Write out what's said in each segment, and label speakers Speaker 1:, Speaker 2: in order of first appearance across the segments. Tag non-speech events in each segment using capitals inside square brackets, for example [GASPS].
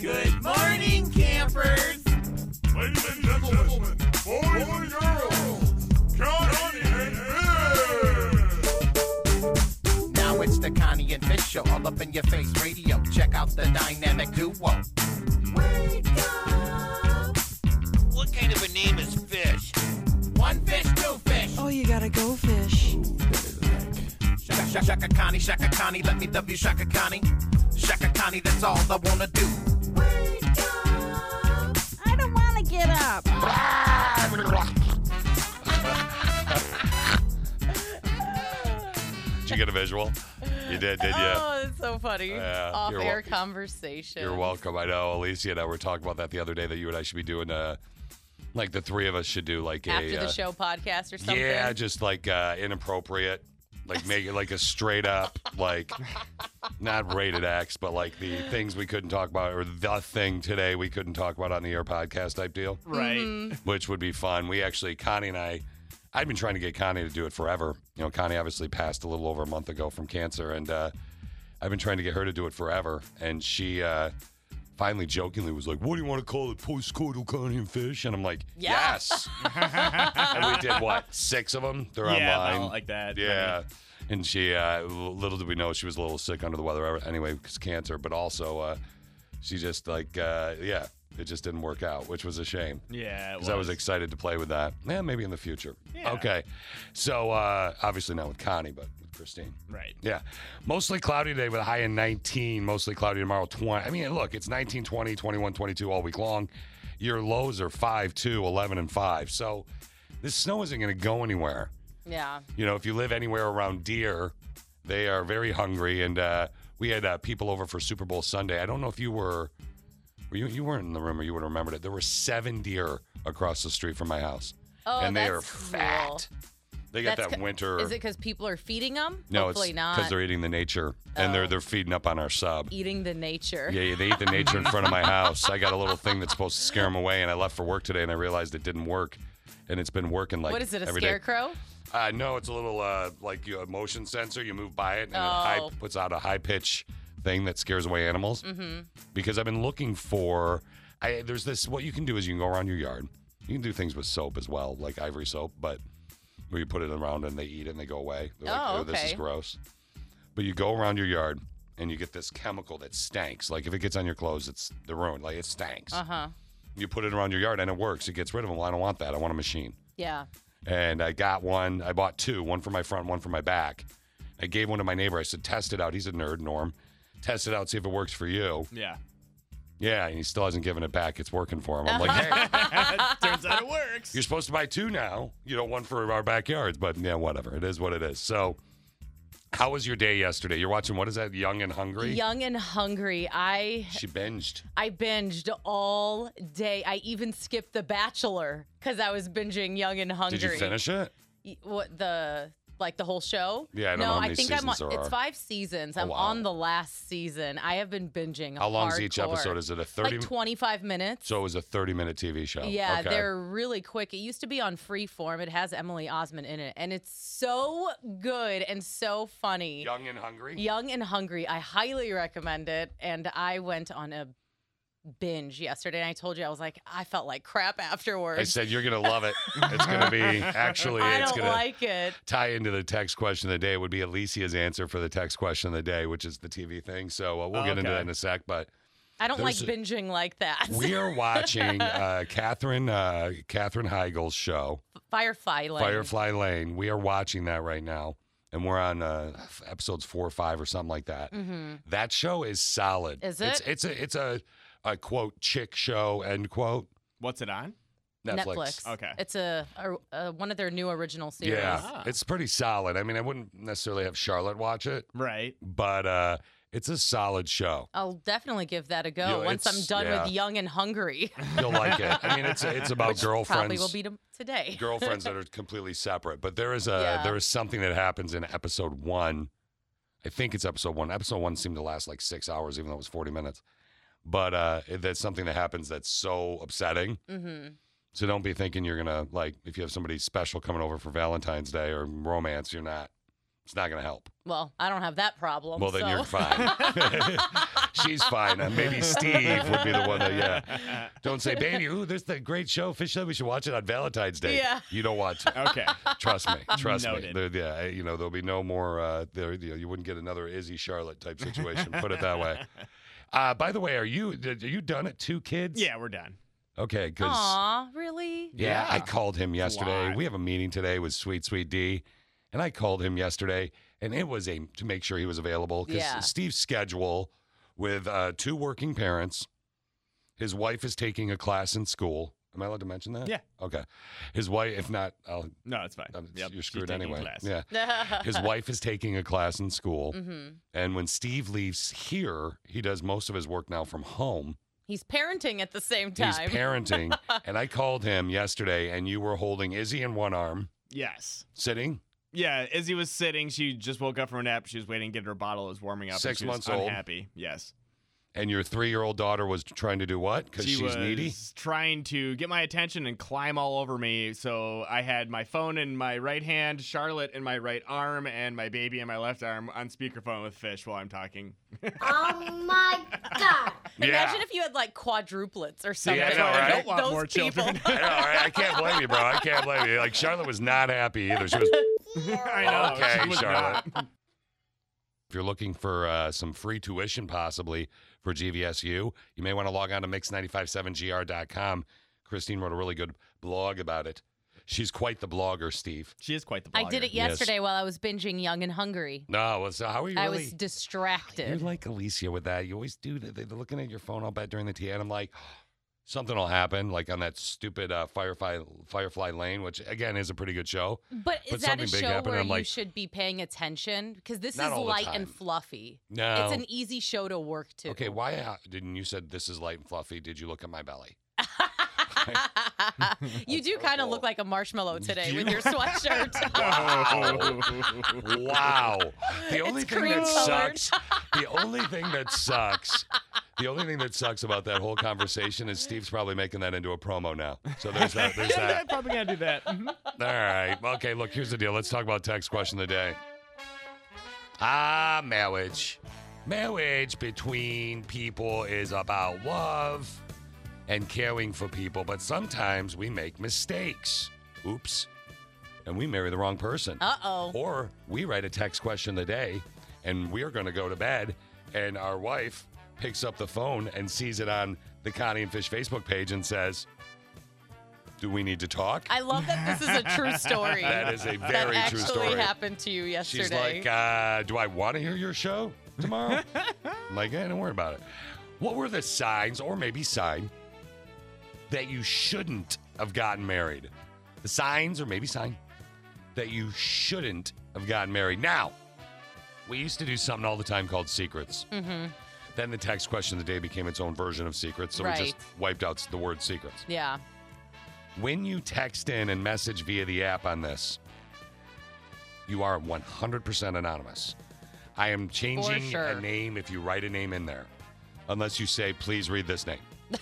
Speaker 1: Good morning, campers.
Speaker 2: Ladies and gentlemen, boys and girls, Johnny and
Speaker 3: Now it's the Connie and Fish show, all up in your face radio. Check out the dynamic duo.
Speaker 4: What kind of a name is Fish?
Speaker 3: One fish, two fish.
Speaker 5: Oh, you gotta go fish.
Speaker 3: Shaka, shaka, shaka Connie, Shaka Connie, let me W Shaka Connie. Shaka Connie, that's all I wanna do.
Speaker 6: I don't want to get up.
Speaker 7: Did you get a visual? You did, did you?
Speaker 8: Oh, it's so funny.
Speaker 7: Yeah,
Speaker 8: Off
Speaker 7: you're
Speaker 8: air
Speaker 7: wel-
Speaker 8: conversation.
Speaker 7: You're welcome. I know Alicia and I were talking about that the other day that you and I should be doing uh like the three of us should do like
Speaker 8: After
Speaker 7: a
Speaker 8: the
Speaker 7: uh,
Speaker 8: show podcast or something.
Speaker 7: Yeah, just like uh inappropriate. Like make it like a straight up like not rated X, but like the things we couldn't talk about or the thing today we couldn't talk about on the air podcast type deal.
Speaker 1: Right.
Speaker 7: which would be fun. We actually, Connie and I, I'd been trying to get Connie to do it forever. You know, Connie obviously passed a little over a month ago from cancer, and uh, I've been trying to get her to do it forever. And she uh, finally jokingly was like, What do you want to call it? Postcoital Connie and Fish? And I'm like,
Speaker 8: Yeah.
Speaker 1: [LAUGHS]
Speaker 7: Yes. and we did what? Six of them? They're
Speaker 1: yeah, about
Speaker 7: online.
Speaker 1: like that.
Speaker 7: Yeah. And she, uh, l- little did we know, she was a little sick under the weather anyway, because cancer, but also uh, she just, like, uh, yeah, it just didn't work out, which was a shame.
Speaker 1: Yeah. it
Speaker 7: Because I was excited to play with that. Yeah, maybe in the future.
Speaker 1: Yeah.
Speaker 7: Okay. So, uh, obviously not with Connie, but with Christine.
Speaker 1: right.
Speaker 7: Yeah. Mostly cloudy today with a high in 19, mostly cloudy tomorrow, 20. I mean, look, it's 19, 20, 21, 22 all week long. Your lows are 5, 2, 11, and 5. So, this snow isn't going to go anywhere.
Speaker 8: Yeah.
Speaker 7: You know, if you live anywhere around deer, they are very hungry. And uh, we had uh, people over for Super Bowl Sunday. I don't know if you were, were you, you weren't in the room or you would have remembered it. There were seven deer across the street from my house.
Speaker 8: Oh,
Speaker 7: and they
Speaker 8: that's
Speaker 7: are
Speaker 8: cool.
Speaker 7: fat. They got
Speaker 8: That's
Speaker 7: that
Speaker 8: co-
Speaker 7: winter.
Speaker 8: Is it because people are feeding them?
Speaker 7: no,
Speaker 8: Hopefully
Speaker 7: it's
Speaker 8: not. Oh.
Speaker 7: they're eating the nature and they're they're feeding up on our sub.
Speaker 8: eating the nature.
Speaker 7: Yeah, yeah, they eat the nature in front of my house. I got a little thing that's supposed to scare them away, and I left for work today, and I realized it didn't work, and it's been working like
Speaker 8: what is it, a
Speaker 7: every day.
Speaker 8: scarecrow?
Speaker 7: Uh, no, it's a little uh, like you, a motion sensor. You move by it, and it high,
Speaker 8: Oh.
Speaker 7: puts out a high pitch thing that scares away animals. Mm-hmm. Because I've been looking for, I, there's this. What you can do is you can go around your yard. You can do things with soap as well, like ivory soap, but where you put it around and they eat it and they go away. They're like,
Speaker 8: Oh,
Speaker 7: oh, this is
Speaker 8: okay.
Speaker 7: gross. But you go around your yard and you get this chemical that stanks. Like if it gets on your clothes, it's they're ruined. Like it stanks.
Speaker 8: Uh huh.
Speaker 7: You put it around your yard and it works. It gets rid of them. Well, I don't want that. I want a machine
Speaker 8: Yeah.
Speaker 7: and I got one. I bought two, one for my front, one for my back. I gave one to my neighbor. I said, test it out. He's a nerd, Norm. Test it out, see if it works for you.
Speaker 1: Yeah.
Speaker 7: Yeah, and he still hasn't given it back. It's working for him. I'm like,
Speaker 8: [LAUGHS]
Speaker 7: hey,
Speaker 1: Turns out it works.
Speaker 7: you're supposed to buy two now. You know, one for our backyards, but yeah, whatever. It is what it is. So, how was your day yesterday? You're watching what is that? Young and Hungry.
Speaker 8: Young and hungry. I
Speaker 7: She binged.
Speaker 8: I binged all day. I even skipped The Bachelor because I was binging Young and Hungry.
Speaker 7: Did you finish it?
Speaker 8: y- what the like the whole show?
Speaker 7: Yeah, I don't
Speaker 8: no,
Speaker 7: know how
Speaker 8: I
Speaker 7: many
Speaker 8: think I'm on,
Speaker 7: seasons there
Speaker 8: it's
Speaker 7: are. Oh,
Speaker 8: five seasons. I'm
Speaker 7: wow.
Speaker 8: on the last season. I have been binging.
Speaker 7: How long's each
Speaker 8: hardcore.
Speaker 7: episode? Is it a thirty?
Speaker 8: like 25 minutes?
Speaker 7: so it was a thirty-minute TV show.
Speaker 8: yeah,
Speaker 7: Oh, Okay.
Speaker 8: they're really quick. It used to be on Freeform. It has Emily Osmond in it, and it's so good and so funny.
Speaker 7: young and hungry.
Speaker 8: Young and hungry. I highly recommend it. And I went on a binge yesterday, and I told you I was like, I felt like crap afterwards.
Speaker 7: I said you're
Speaker 8: [LAUGHS]
Speaker 7: gonna love it. It's gonna be actually.
Speaker 8: I
Speaker 7: it's
Speaker 8: don't
Speaker 7: gonna,
Speaker 8: like it.
Speaker 7: tie into the text question of the day would be Alicia's answer for the text question of the day, which is the TV thing. So uh, we'll get into
Speaker 1: Okay.
Speaker 7: that in a sec.
Speaker 8: [LAUGHS]
Speaker 7: But
Speaker 8: I don't like
Speaker 7: There's a-
Speaker 8: binging like that.
Speaker 7: we are watching uh, Catherine uh, Catherine Heigl's show,
Speaker 8: [LAUGHS] Firefly Lane.
Speaker 7: Firefly Lane. We are watching that right now, and we're on uh, f- episodes four or five or something like that.
Speaker 8: Mm-hmm.
Speaker 7: That show is solid.
Speaker 8: Is
Speaker 7: It's,
Speaker 8: it?
Speaker 7: it's a it's a, a quote chick show end quote.
Speaker 1: What's it on?
Speaker 8: Netflix.
Speaker 1: Okay.
Speaker 8: It's a, a, a one of their new original series.
Speaker 7: Yeah,
Speaker 1: Ah.
Speaker 7: it's pretty solid. I mean, I wouldn't necessarily have Charlotte watch it,
Speaker 1: Right.
Speaker 7: but uh, it's a solid show.
Speaker 8: I'll definitely give that a go
Speaker 7: Yeah,
Speaker 8: once I'm
Speaker 7: it's-
Speaker 8: done
Speaker 7: yeah.
Speaker 8: with Young and Hungry. [LAUGHS]
Speaker 7: You'll like it. I mean, it's it's about
Speaker 8: Probably
Speaker 7: girlfriends,
Speaker 8: will be [LAUGHS] to- today.
Speaker 7: girlfriends that are completely separate. But there is a
Speaker 8: Yeah.
Speaker 7: there is something that happens in episode one. I think it's episode one. Episode one seemed to last like six hours, even though it was forty minutes. but uh, that's something that happens that's so upsetting.
Speaker 8: Mm-hmm.
Speaker 7: So don't be thinking you're gonna like if you have somebody special coming over for Valentine's Day or romance, you're not. It's not gonna help.
Speaker 8: Well, I don't have that problem.
Speaker 7: well, then
Speaker 8: so. [LAUGHS]
Speaker 7: you're fine. [LAUGHS] She's fine. Uh,
Speaker 1: [LAUGHS]
Speaker 7: maybe Steve would be the one that yeah. Don't say, baby, ooh, there's the great show, Fish Love. We should watch it on Valentine's Day.
Speaker 8: Yeah.
Speaker 7: You don't watch it.
Speaker 1: Okay.
Speaker 7: Trust me. Trust me.
Speaker 1: Noted.
Speaker 7: There, yeah, I- you know, there'll be no more, uh, there, you, know, you wouldn't get another Izzy Charlotte type situation. Put it that
Speaker 1: [LAUGHS]
Speaker 7: way. Uh, by the way, are you are you done at two kids?
Speaker 1: Yeah, we're done.
Speaker 7: Okay, because
Speaker 8: Aw, really?
Speaker 7: yeah, I
Speaker 1: Yeah.
Speaker 7: called him yesterday.
Speaker 1: lot.
Speaker 7: We have a meeting today with Sweet Sweet D, and I called him yesterday, and it was a to make sure he was available because
Speaker 8: Yeah.
Speaker 7: Steve's schedule with uh, two working parents, his wife is taking a class in school. Am I allowed to mention that?
Speaker 1: Yeah.
Speaker 7: Okay. His wife, if not, I'll,
Speaker 1: No, it's fine.
Speaker 7: I'm,
Speaker 1: Yep,
Speaker 7: Um, you're
Speaker 1: she's
Speaker 7: screwed
Speaker 1: taking
Speaker 7: anyway.
Speaker 1: class. Mm.
Speaker 7: Yeah. His
Speaker 8: [LAUGHS]
Speaker 1: [LAUGHS]
Speaker 7: wife is taking a class in school,
Speaker 8: hmm
Speaker 7: and when Steve leaves here, he does most of his work now from home.
Speaker 8: He's parenting at the same time.
Speaker 7: He's parenting.
Speaker 1: [LAUGHS]
Speaker 7: and I called him yesterday, and you were holding Izzy in one arm,
Speaker 1: Yes.
Speaker 7: sitting.
Speaker 1: Yeah, Izzy was sitting. She just woke up from a nap. She was waiting to get her bottle. It was warming up. and
Speaker 7: Six
Speaker 1: she
Speaker 7: months
Speaker 1: was
Speaker 7: old.
Speaker 1: unhappy. Yes.
Speaker 7: And your three year old daughter was trying to do what? Because
Speaker 1: she
Speaker 7: she's
Speaker 1: was
Speaker 7: needy.
Speaker 1: trying to get my attention and climb all over me. So I had my phone in my right hand, Charlotte in my right arm, and my baby in my left arm on speakerphone with Fish while I'm talking. [LAUGHS]
Speaker 5: Oh my god!
Speaker 8: [LAUGHS] Imagine if you had like quadruplets or something.
Speaker 7: I know,
Speaker 8: like
Speaker 7: right?
Speaker 8: th-
Speaker 7: Don't
Speaker 1: want
Speaker 8: those
Speaker 1: more
Speaker 8: people. [LAUGHS]
Speaker 1: children.
Speaker 7: [LAUGHS] [LAUGHS] I know, right? I can't blame you, bro. I can't blame you. Like, Charlotte was not happy either. She was,
Speaker 1: [LAUGHS] I know. she
Speaker 7: okay,
Speaker 1: was
Speaker 7: Charlotte.
Speaker 1: not. [LAUGHS]
Speaker 7: If you're looking for uh, some free tuition, possibly for GVSU, you may want to log on to mix957gr.com. Christine wrote a really good blog about it. She's quite the blogger, Steve.
Speaker 1: She is quite the blogger.
Speaker 8: I did it
Speaker 7: Yes.
Speaker 8: yesterday while I was binging Young and Hungry.
Speaker 7: No, so how are you
Speaker 8: I
Speaker 7: really?
Speaker 8: was
Speaker 7: You're
Speaker 8: distracted.
Speaker 7: like Alicia with that. You always do that. They're looking at your phone all bet during the tea, and I'm like, [GASPS] something will happen, like on that stupid uh, Firefly Firefly Lane, which again is a pretty good show.
Speaker 8: But is
Speaker 7: But
Speaker 8: that
Speaker 7: something
Speaker 8: a
Speaker 7: big
Speaker 8: show
Speaker 7: happened,
Speaker 8: where
Speaker 7: I'm
Speaker 8: you
Speaker 7: like-
Speaker 8: should be paying attention? Because this is
Speaker 7: Not all the
Speaker 8: light
Speaker 7: time.
Speaker 8: and fluffy.
Speaker 7: No.
Speaker 8: It's an easy show to work to.
Speaker 7: okay, why uh, didn't you said this is light and fluffy? Did you look at my belly?
Speaker 8: [LAUGHS] you do kind of look like a marshmallow today with
Speaker 7: You- [LAUGHS]
Speaker 8: your sweatshirt.
Speaker 7: Wow. [LAUGHS] wow. The only
Speaker 8: It's
Speaker 7: thing that
Speaker 8: cream-colored.
Speaker 7: sucks, the only thing that sucks, the only thing that sucks about that whole conversation is Steve's probably making that into a promo now. So there's that.
Speaker 8: [LAUGHS]
Speaker 7: There's that.
Speaker 1: I'm probably gonna do that. Mhm.
Speaker 7: All right. Okay, look, here's the deal. Let's talk about text question of the day. Ah, marriage. Marriage between people is about love and caring for people, but sometimes we make mistakes. Oops. And we marry the wrong person.
Speaker 8: Uh oh.
Speaker 7: Or we write a text question of the day and we're going to go to bed, and our wife picks up the phone and sees it on the Connie and Fish Facebook page and says, Do we need to talk?
Speaker 8: [LAUGHS] I love that this is a true story.
Speaker 7: That is a
Speaker 8: That
Speaker 7: very true
Speaker 8: actually
Speaker 7: story.
Speaker 8: happened to you yesterday.
Speaker 7: She's like, uh, do I want to hear your show tomorrow? [LAUGHS] I'm like, eh, don't worry about it. What were the signs, or maybe sign, that you shouldn't have gotten married? The signs, or maybe sign, that you shouldn't have gotten married. Now, we used to do something all the time called secrets.
Speaker 8: mm-hmm.
Speaker 7: Then the text question of the day became its own version of secrets, so we just
Speaker 8: Right.
Speaker 7: wiped out the word secrets.
Speaker 8: Yeah.
Speaker 7: When you text in and message via the app on this, you are 100% anonymous. I am changing a
Speaker 8: sure.
Speaker 7: name if you write a name in there, unless you say, please read this name,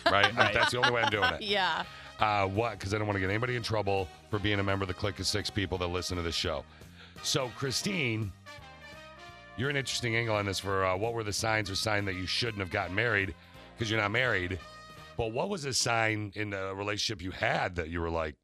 Speaker 7: right? I- That's the only way I'm doing it.
Speaker 8: Yeah.
Speaker 7: Uh, what? Because I don't want to get anybody in trouble for being a member of the clique of six people that listen to this show. So, Christine, you're an interesting angle on this for uh, what were the signs or sign that you shouldn't have gotten married because you're not married. But what was a sign in the relationship you had that you were like,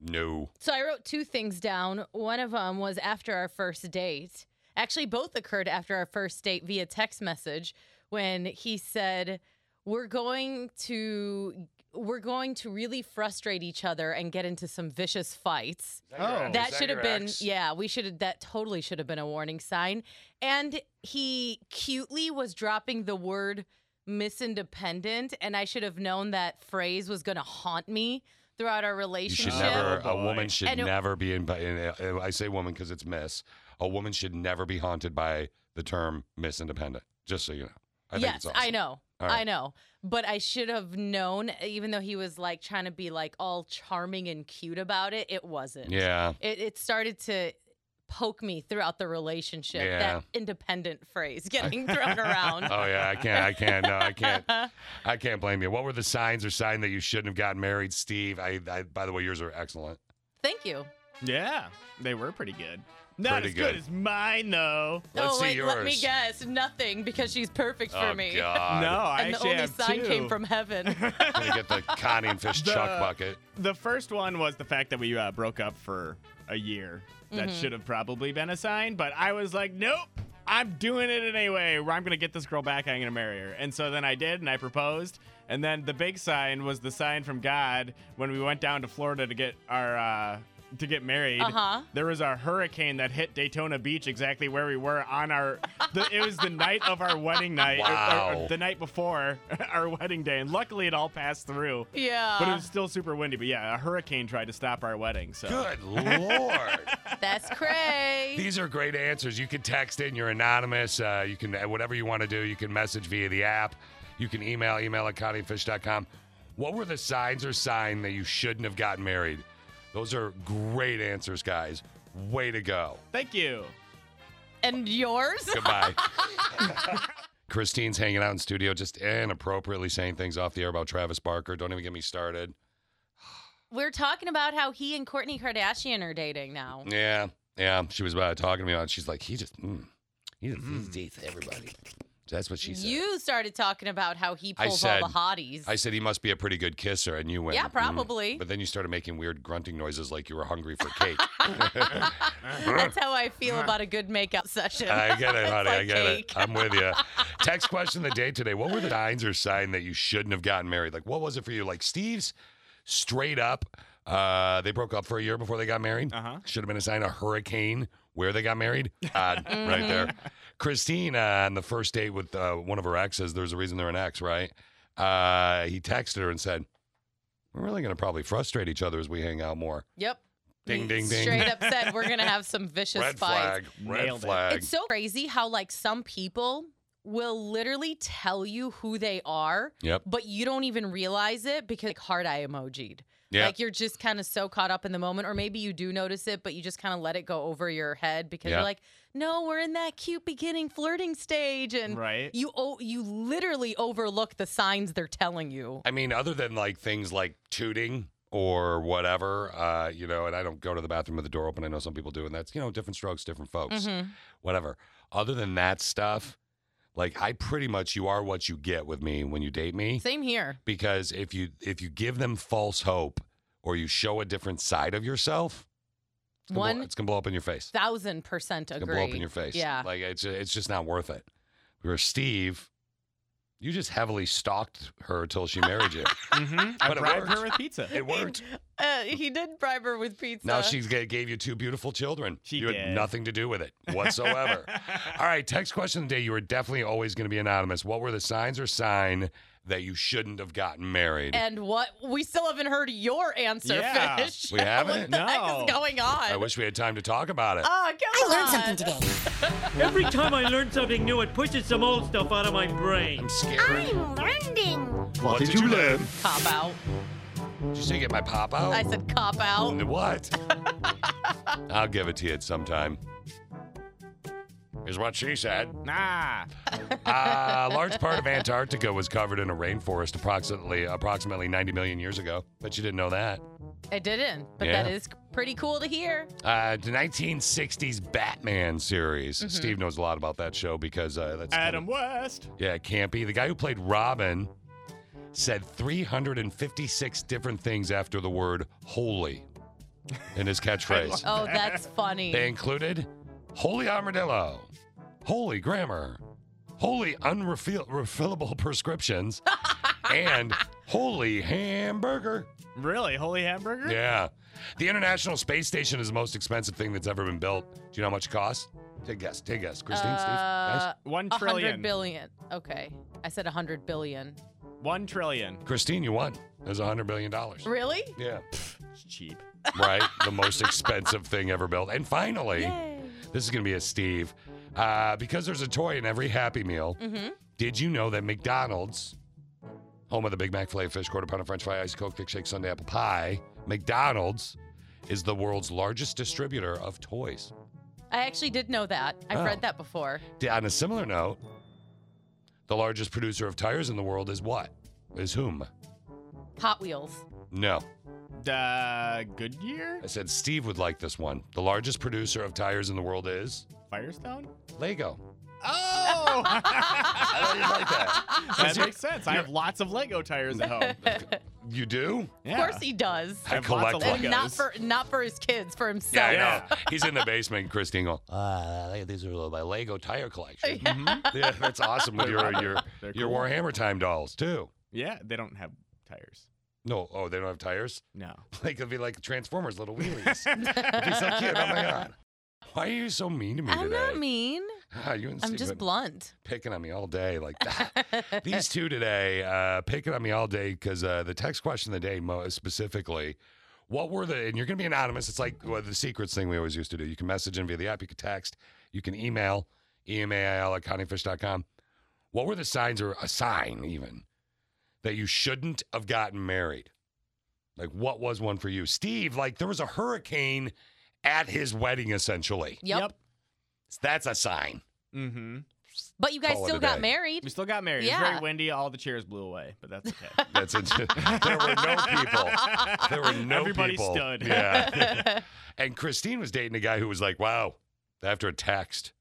Speaker 7: no?
Speaker 8: So I wrote two things down. One of them was after our first date. Actually, both occurred after our first date via text message when he said, "We're going to we're going to really frustrate each other and get into some vicious fights."
Speaker 1: Oh.
Speaker 8: that should have been yeah, we should have that totally should have been a warning sign. And he cutely was dropping the word misindependent and I should have known that phrase was going to haunt me throughout our
Speaker 7: You
Speaker 8: relationship.
Speaker 7: should never,
Speaker 1: Oh,
Speaker 7: a woman
Speaker 1: boy.
Speaker 7: should
Speaker 8: And it-
Speaker 7: never be, in, in, I say woman because it's miss, a woman should never be haunted by the term miss independent, just so you know. I think
Speaker 8: yes,
Speaker 7: it's
Speaker 8: I
Speaker 7: awesome.
Speaker 8: know.
Speaker 7: All right.
Speaker 8: I know. But I should have known, even though he was like trying to be like all charming and cute about it, it wasn't.
Speaker 7: Yeah.
Speaker 8: It, it started to poke me throughout the relationship.
Speaker 7: Yeah.
Speaker 8: That independent phrase
Speaker 7: [LAUGHS]
Speaker 8: getting thrown around.
Speaker 7: Oh yeah, I can't. I can't. No, I can't. I can't blame you. What were the signs or sign that you shouldn't have gotten married, Steve? I, I by the way, yours are excellent.
Speaker 8: Thank you.
Speaker 1: Yeah, they were pretty good. Not
Speaker 7: Pretty
Speaker 1: as good.
Speaker 7: good.
Speaker 1: as mine though.
Speaker 7: Let's
Speaker 8: oh
Speaker 7: see
Speaker 8: wait, let me
Speaker 7: yours.
Speaker 8: guess. Nothing because she's perfect for
Speaker 7: oh
Speaker 8: me.
Speaker 7: God.
Speaker 1: no, I
Speaker 8: and the
Speaker 1: actually
Speaker 8: only
Speaker 1: have
Speaker 8: sign
Speaker 1: two.
Speaker 8: came from heaven.
Speaker 1: [LAUGHS]
Speaker 7: I'm gonna get the Connie and Fish
Speaker 1: The-
Speaker 7: Chuck bucket.
Speaker 1: The first one was the fact that we uh, broke up for a year. That should have probably been a sign, but I was like, nope, I'm doing it anyway. Where I'm gonna get this girl back, I'm gonna marry her. And so then I did, and I proposed. And then the big sign was the sign from God when we went down to Florida to get our uh, to get married.
Speaker 8: Uh-huh.
Speaker 1: There was a hurricane that hit Daytona Beach exactly where we were on our. The, it was the night of our wedding night, or- or- or
Speaker 7: Wow.
Speaker 1: the night before [LAUGHS] our wedding day, and luckily it all passed through.
Speaker 8: yeah.
Speaker 1: But it was still super windy. But yeah, a hurricane tried to stop our wedding.
Speaker 7: [LAUGHS]
Speaker 1: So
Speaker 7: Good lord.
Speaker 1: [LAUGHS]
Speaker 8: That's cray.
Speaker 7: These are great answers. You can text in. You're anonymous. Uh, you can whatever you want to do. You can message via the app. You can email email at connieandfish.com. What were the signs or sign that you shouldn't have gotten married? Those are great answers, guys. Way to go.
Speaker 1: thank you.
Speaker 8: and yours?
Speaker 7: Goodbye. [LAUGHS] Christine's hanging out in studio, just inappropriately saying things off the air about Travis Barker. Don't even get me started.
Speaker 8: [LAUGHS] We're talking about how he and Courtney Kardashian are dating now.
Speaker 7: Yeah, yeah. She was about talking to me about. it. She's like, he just, mm, he just he dates everybody. That's what she said.
Speaker 8: Mm. You started talking about how he
Speaker 7: I
Speaker 8: pulls all
Speaker 7: said-
Speaker 8: the hotties. [LAUGHS]
Speaker 7: I said he must be a pretty good kisser, and you went,
Speaker 8: Yeah,
Speaker 7: "Mm."
Speaker 8: probably.
Speaker 7: But then you started making weird grunting noises like you were hungry for
Speaker 8: [LAUGHS]
Speaker 7: cake.
Speaker 8: That's how I feel about a good makeout session.
Speaker 7: I get it,
Speaker 8: [LAUGHS] It's
Speaker 7: honey. I
Speaker 8: like
Speaker 7: get
Speaker 8: cake.
Speaker 7: it. I'm with you. Text question of the day today. What were the signs or sign that you shouldn't have gotten married? Like, what was it for you? Like, Steve's straight up, uh, they broke up for a year before they got married.
Speaker 1: Uh-huh.
Speaker 7: Should have been a sign, a hurricane where they got married. Odd, right there. Christine, uh, on the first date with uh, one of her exes, there's a reason they're an ex, right? Uh, he texted her and said, We're really going to probably frustrate each other as we hang out more.
Speaker 8: Yep.
Speaker 7: Ding, ding, ding. [LAUGHS]
Speaker 8: Straight up said we're gonna have some vicious
Speaker 7: Red flag.
Speaker 8: fights.
Speaker 7: Red
Speaker 1: Nailed it.
Speaker 7: flag.
Speaker 8: It's so crazy how like some people will literally tell you who they are,
Speaker 7: Yep.
Speaker 8: but you don't even realize it because like hard eye emoji'd.
Speaker 7: Yeah.
Speaker 8: Like you're just kind of so caught up in the moment, or maybe you do notice it, but you just kind of let it go over your head because
Speaker 7: Yeah.
Speaker 8: you're like, no, we're in that cute beginning flirting stage, and
Speaker 1: Right.
Speaker 8: you oh, you literally overlook the signs they're telling you.
Speaker 7: I mean, other than like things like tooting or whatever, uh, you know, and I don't go to the bathroom with the door open. I know some people do, and that's, you know, different strokes, different folks,
Speaker 8: Mhm.
Speaker 7: whatever. Other than that stuff, like I pretty much, you are what you get with me when you date me.
Speaker 8: Same here.
Speaker 7: Because if you if you give them false hope or you show a different side of yourself, it's gonna,
Speaker 8: One
Speaker 7: blow, it's gonna blow up in your face.
Speaker 8: thousand percent
Speaker 7: It's
Speaker 8: agree.
Speaker 7: gonna blow up in your face.
Speaker 8: Yeah.
Speaker 7: like it's it's just not worth it. Where Steve, you just heavily stalked her till she married you.
Speaker 1: [LAUGHS] Mm-hmm. I
Speaker 7: But it
Speaker 1: bribed
Speaker 7: worked.
Speaker 1: her with pizza.
Speaker 7: It worked.
Speaker 8: Uh, he did bribe her with pizza.
Speaker 7: Now she's g- gave you two beautiful children.
Speaker 1: She
Speaker 7: you had
Speaker 1: did.
Speaker 7: nothing to do with
Speaker 1: [LAUGHS]
Speaker 7: it whatsoever. All right, text question of the day. You were definitely always going to be anonymous. What were the signs or sign that you shouldn't have gotten married?
Speaker 8: and what we still haven't heard your answer,
Speaker 1: Yeah.
Speaker 8: Fish.
Speaker 7: We haven't?
Speaker 8: what the heck
Speaker 1: No.
Speaker 8: is going on?
Speaker 7: I wish we had time to talk about it.
Speaker 8: Oh, come
Speaker 6: I learned
Speaker 8: on.
Speaker 6: something today.
Speaker 9: Every time I learn something new, it pushes some old stuff out of my brain.
Speaker 7: I'm scared.
Speaker 5: I'm learning.
Speaker 7: What did you learn?
Speaker 8: Cop out.
Speaker 7: Did you say get my pop out?
Speaker 8: I said cop out.
Speaker 7: What? I'll give it to you at some time. Is what she said.
Speaker 1: Nah.
Speaker 7: Uh, a large part of Antarctica was covered in a rainforest approximately approximately 90 million years ago. But you didn't know that.
Speaker 8: I didn't, but
Speaker 7: Yeah.
Speaker 8: that is pretty cool to hear.
Speaker 7: Uh, the 1960s Batman series. Steve knows a lot about that show because uh, that's kind
Speaker 1: Adam
Speaker 7: of-
Speaker 1: West.
Speaker 7: yeah, Campy, the guy who played Robin, said 356 different things after the word "holy" in his catchphrase.
Speaker 8: Oh,
Speaker 7: [LAUGHS]
Speaker 8: that's funny.
Speaker 7: they included "holy armadillo," "holy grammar," "holy unrefillable refillable prescriptions," and "holy hamburger."
Speaker 1: Really? Holy hamburger?
Speaker 7: Yeah. The International Space Station is the most expensive thing that's ever been built. Do you know how much it costs? Take a guess. Take a guess. Christine, Steve.
Speaker 8: Uh,
Speaker 7: Guys?
Speaker 1: One
Speaker 8: a
Speaker 1: trillion.
Speaker 8: hundred billion. Okay, I said a hundred billion.
Speaker 1: One trillion.
Speaker 7: Christine, you won. It was $100 billion.
Speaker 8: Really?
Speaker 7: Yeah.
Speaker 1: It's cheap.
Speaker 7: Right? the most expensive thing ever built. And finally, this is going to be a Steve. Uh, because there's a toy in every Happy Meal, did you know that McDonald's, home of the Big Mac, filet fish, quarter pounder, french fry, ice coke, thick shake, sundae, apple pie, McDonald's is the world's largest distributor of toys.
Speaker 8: I actually did know that. I've
Speaker 7: Oh.
Speaker 8: read that before.
Speaker 7: D- On a similar note, the largest producer of tires in the world is what? Is whom?
Speaker 8: Hot Wheels.
Speaker 7: No.
Speaker 1: Uh, Goodyear?
Speaker 7: I said Steve would like this one. The largest producer of tires in the world is
Speaker 1: Firestone?
Speaker 7: Lego.
Speaker 1: [LAUGHS] Oh!
Speaker 7: How do you like that?
Speaker 1: that
Speaker 7: you're-
Speaker 1: makes sense. I have lots of Lego tires
Speaker 8: [LAUGHS]
Speaker 1: at home.
Speaker 7: You do?
Speaker 1: Yeah.
Speaker 8: Of course he does.
Speaker 7: I
Speaker 1: have lots of
Speaker 7: collect
Speaker 8: And
Speaker 1: Legos.
Speaker 8: not for not for his kids, for
Speaker 7: Yeah,
Speaker 8: himself.
Speaker 7: I know.
Speaker 1: Yeah.
Speaker 7: He's in the basement. and Christine going, ah, I think these are my Lego tire
Speaker 8: [LAUGHS]
Speaker 7: collection. Yeah,
Speaker 8: Mm-hmm.
Speaker 7: that's awesome with your your
Speaker 1: They're
Speaker 7: your
Speaker 1: cool.
Speaker 7: Warhammer Time dolls too.
Speaker 1: Yeah, they don't have tires.
Speaker 7: No, oh, they don't have tires. [LAUGHS]
Speaker 1: No.
Speaker 7: Like it'd be like Transformers little wheelies. If He's like, kid, oh my god, why are you so mean to me
Speaker 8: I'm
Speaker 7: today?
Speaker 8: not mean.
Speaker 7: Ah, you and
Speaker 8: I'm
Speaker 7: Steve
Speaker 8: just
Speaker 7: been
Speaker 8: blunt. [LAUGHS]
Speaker 7: picking on me all day. Like these two today, uh, picking on me all day because uh, the text question of the day mo- specifically. What were the, and you're going to be anonymous. It's like well, the secrets thing we always used to do. You can message in via the app, you can text, you can email, E email at countyfish.com. What were the signs or a sign even that you shouldn't have gotten married? Like, what was one for you? Steve, like, there was a hurricane at his wedding, essentially.
Speaker 8: [LAUGHS] Yep.
Speaker 7: That's a sign.
Speaker 1: Mm-hmm.
Speaker 8: But you guys
Speaker 7: Call it a
Speaker 8: still got
Speaker 7: day.
Speaker 1: We
Speaker 7: [LAUGHS]
Speaker 8: married.
Speaker 1: still got married. It was
Speaker 8: Yeah.
Speaker 1: very windy. All the chairs blew away, but that's okay.
Speaker 7: That's it. [LAUGHS] there were no people. There were no
Speaker 1: Everybody
Speaker 7: people.
Speaker 1: stood. [LAUGHS]
Speaker 7: Yeah. and Christine was dating a guy who was like, "Wow." After a text,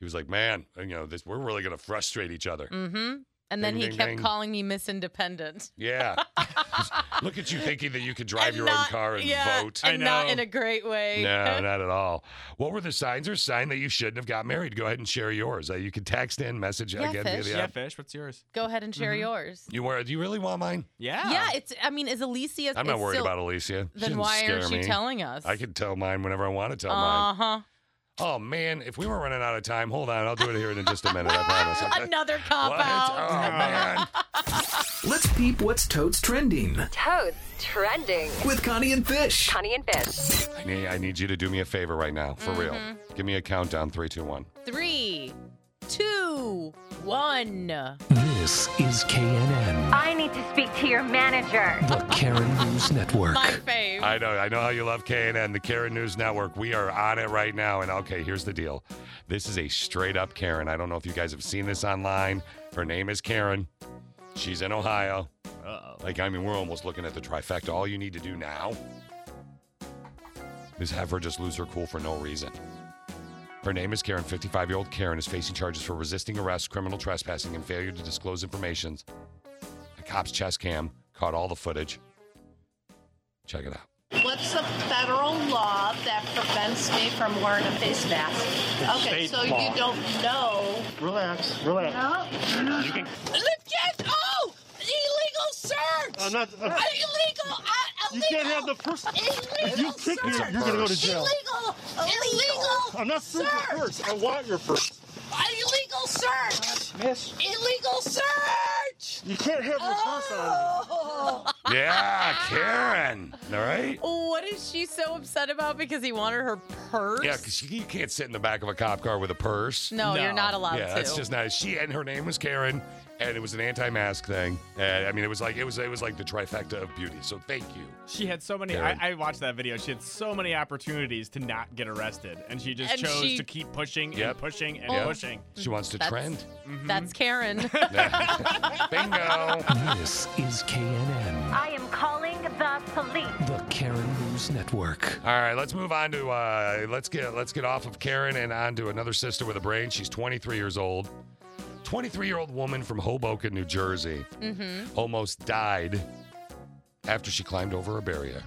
Speaker 7: he was like, "Man, you know, this we're really gonna frustrate each other."
Speaker 8: [LAUGHS] Mm-hmm. And then
Speaker 7: Ding,
Speaker 8: he
Speaker 7: ding,
Speaker 8: kept
Speaker 7: ding.
Speaker 8: calling me
Speaker 7: [LAUGHS]
Speaker 8: Miss Independent.
Speaker 7: Yeah. Look at you thinking that you could drive
Speaker 8: And
Speaker 7: your
Speaker 8: not-
Speaker 7: own car and
Speaker 8: yeah,
Speaker 7: vote.
Speaker 1: I
Speaker 8: And not
Speaker 1: know.
Speaker 8: in a great way.
Speaker 7: No,
Speaker 8: [LAUGHS]
Speaker 7: not at all. What were the signs or sign that you shouldn't have got married? Go ahead and share yours. Uh, you can text in, message
Speaker 8: Yeah,
Speaker 7: again via
Speaker 8: fish.
Speaker 7: the
Speaker 1: yeah,
Speaker 7: app.
Speaker 1: Fish, what's yours?
Speaker 8: Go ahead and
Speaker 7: Mm-hmm.
Speaker 8: share yours.
Speaker 7: You were, do you really want mine?
Speaker 1: Yeah.
Speaker 8: Yeah, it's I mean, is Alicia
Speaker 7: I'm not
Speaker 8: is
Speaker 7: worried
Speaker 8: still-
Speaker 7: about Alicia. She
Speaker 8: Then
Speaker 7: didn't
Speaker 8: why
Speaker 7: scare
Speaker 8: aren't
Speaker 7: me.
Speaker 8: you telling us?
Speaker 7: I can tell mine whenever I want to tell mine.
Speaker 8: Uh-huh.
Speaker 7: Oh man, if we were running out of time, hold on, I'll do it here in just a minute. I
Speaker 8: [LAUGHS]
Speaker 7: promise. Okay. [LAUGHS]
Speaker 8: Another cop
Speaker 7: What?
Speaker 8: out.
Speaker 7: Oh man.
Speaker 10: Let's peep what's totes trending
Speaker 11: Toads trending.
Speaker 10: with Connie and Fish.
Speaker 11: Connie and Fish.
Speaker 7: I need, I need you to do me a favor right now, for real. Give me a countdown: three, two, one.
Speaker 8: Three, two, one.
Speaker 10: This is KNN,
Speaker 11: I need to speak to your manager.
Speaker 10: the Karen News Network.
Speaker 8: My fave.
Speaker 7: I know, I know how you love KNN, the Karen News Network. We are on it right now, and okay, here's the deal. This is a straight up Karen. I don't know if you guys have seen this online. Her name is Karen. She's in Ohio.
Speaker 1: Uh-oh.
Speaker 7: Like, I mean, we're almost looking at the trifecta. All you need to do now is have her just lose her cool for no reason. Her name is Karen. 55 year old Karen is facing charges for resisting arrest, criminal trespassing, and failure to disclose information. A cop's chest cam caught all the footage. Check it out.
Speaker 6: What's the federal law that prevents me from wearing a face mask? Okay, so you don't know.
Speaker 9: Relax, relax.
Speaker 6: Let's get oh illegal search!
Speaker 9: I'm not.
Speaker 6: illegal! uh, I,
Speaker 9: you can't have the first. If you kick me,
Speaker 7: It's a
Speaker 9: you're gonna go to
Speaker 7: first.
Speaker 9: jail.
Speaker 6: [LAUGHS] illegal! Illegal!
Speaker 9: I'm not searching first. I want your first.
Speaker 6: Illegal search!
Speaker 9: Miss,
Speaker 6: Illegal search!
Speaker 9: you can't have your first on.
Speaker 6: Oh!
Speaker 7: Yeah, Karen. All right.
Speaker 8: What is she so upset about? Because he wanted her purse?
Speaker 7: Yeah, because you can't sit in the back of a cop car with a purse.
Speaker 8: no,
Speaker 1: No.
Speaker 8: you're not allowed
Speaker 7: yeah,
Speaker 8: to.
Speaker 7: that's just not. She and her name was Karen, and it was an anti-mask thing. And I mean, it was like it was it was like the trifecta of beauty. So thank you.
Speaker 1: She had so many.
Speaker 7: Karen.
Speaker 1: I, I watched that video. She had so many opportunities to not get arrested, and she just
Speaker 8: And
Speaker 1: chose
Speaker 8: she-
Speaker 1: to keep pushing
Speaker 7: Yep.
Speaker 1: and pushing and
Speaker 7: Yep.
Speaker 1: pushing.
Speaker 7: She wants to
Speaker 8: That's- Mm-hmm.
Speaker 7: trend. [LAUGHS]
Speaker 8: That's Karen.
Speaker 7: Bingo.
Speaker 10: This is KNN,
Speaker 11: I am calling the police.
Speaker 10: the Karen News Network.
Speaker 7: All right, let's move on to uh, let's get let's get off of Karen and on to another sister with a brain. She's 23 years old. 23 year old woman from Hoboken, New Jersey,
Speaker 8: Mm-hmm.
Speaker 7: almost died after she climbed over a barrier.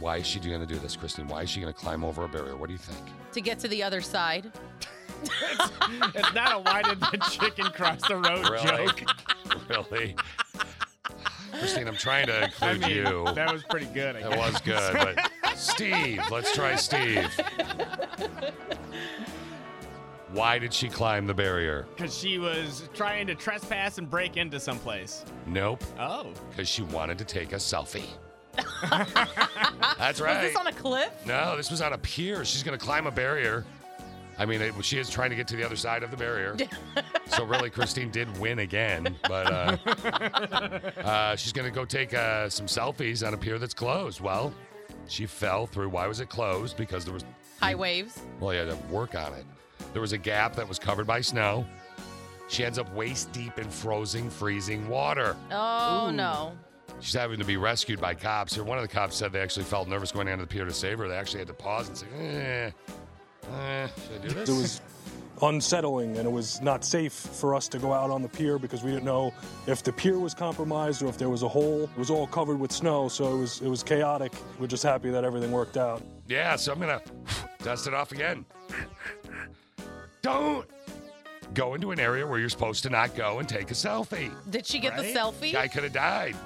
Speaker 7: Why is she going to do this, Kristen? Why is she going to climb over a barrier? What do you
Speaker 1: [LAUGHS]
Speaker 7: think?
Speaker 8: to get to the other side.
Speaker 1: it's not a why did the chicken cross the road
Speaker 7: Really?
Speaker 1: joke.
Speaker 7: really? Christine, I'm trying to include
Speaker 1: I mean,
Speaker 7: you. That
Speaker 1: that was pretty good. I guess.
Speaker 7: was good, but Steve, let's try Steve. Why did she climb the barrier?
Speaker 1: Because she was trying to trespass and break into someplace.
Speaker 7: Nope,
Speaker 1: Oh.
Speaker 7: because she wanted to take a
Speaker 1: [LAUGHS]
Speaker 7: selfie. That's right.
Speaker 8: Is this on a cliff?
Speaker 7: no, this was on a pier. She's going to climb a barrier. I mean, it, she is trying to get to the other side of the barrier. so really, Christine did win again, but uh, uh, she's going to go take uh, some selfies on a pier that's closed. Well, she fell through. Why was it closed? Because there was
Speaker 8: High waves.
Speaker 7: Well, you had to work on it. There was a gap that was covered by snow. She ends up waist deep in frozen, freezing water.
Speaker 8: Oh no.
Speaker 7: She's having to be rescued by cops. Here, one of the cops said they actually felt nervous going down to the pier to save her. They actually had to pause and say, eh, eh, should I do this?
Speaker 12: It was unsettling and it was not safe for us to go out on the pier because we didn't know if the pier was compromised or if there was a hole. It was all covered with snow, so it was it was chaotic. We're just happy that everything worked out.
Speaker 7: Yeah, so I'm gonna dust it off again. Don't go into an area where you're supposed to not go and take a selfie.
Speaker 8: Did she get
Speaker 7: Right?
Speaker 8: the selfie?
Speaker 7: Guy could have died.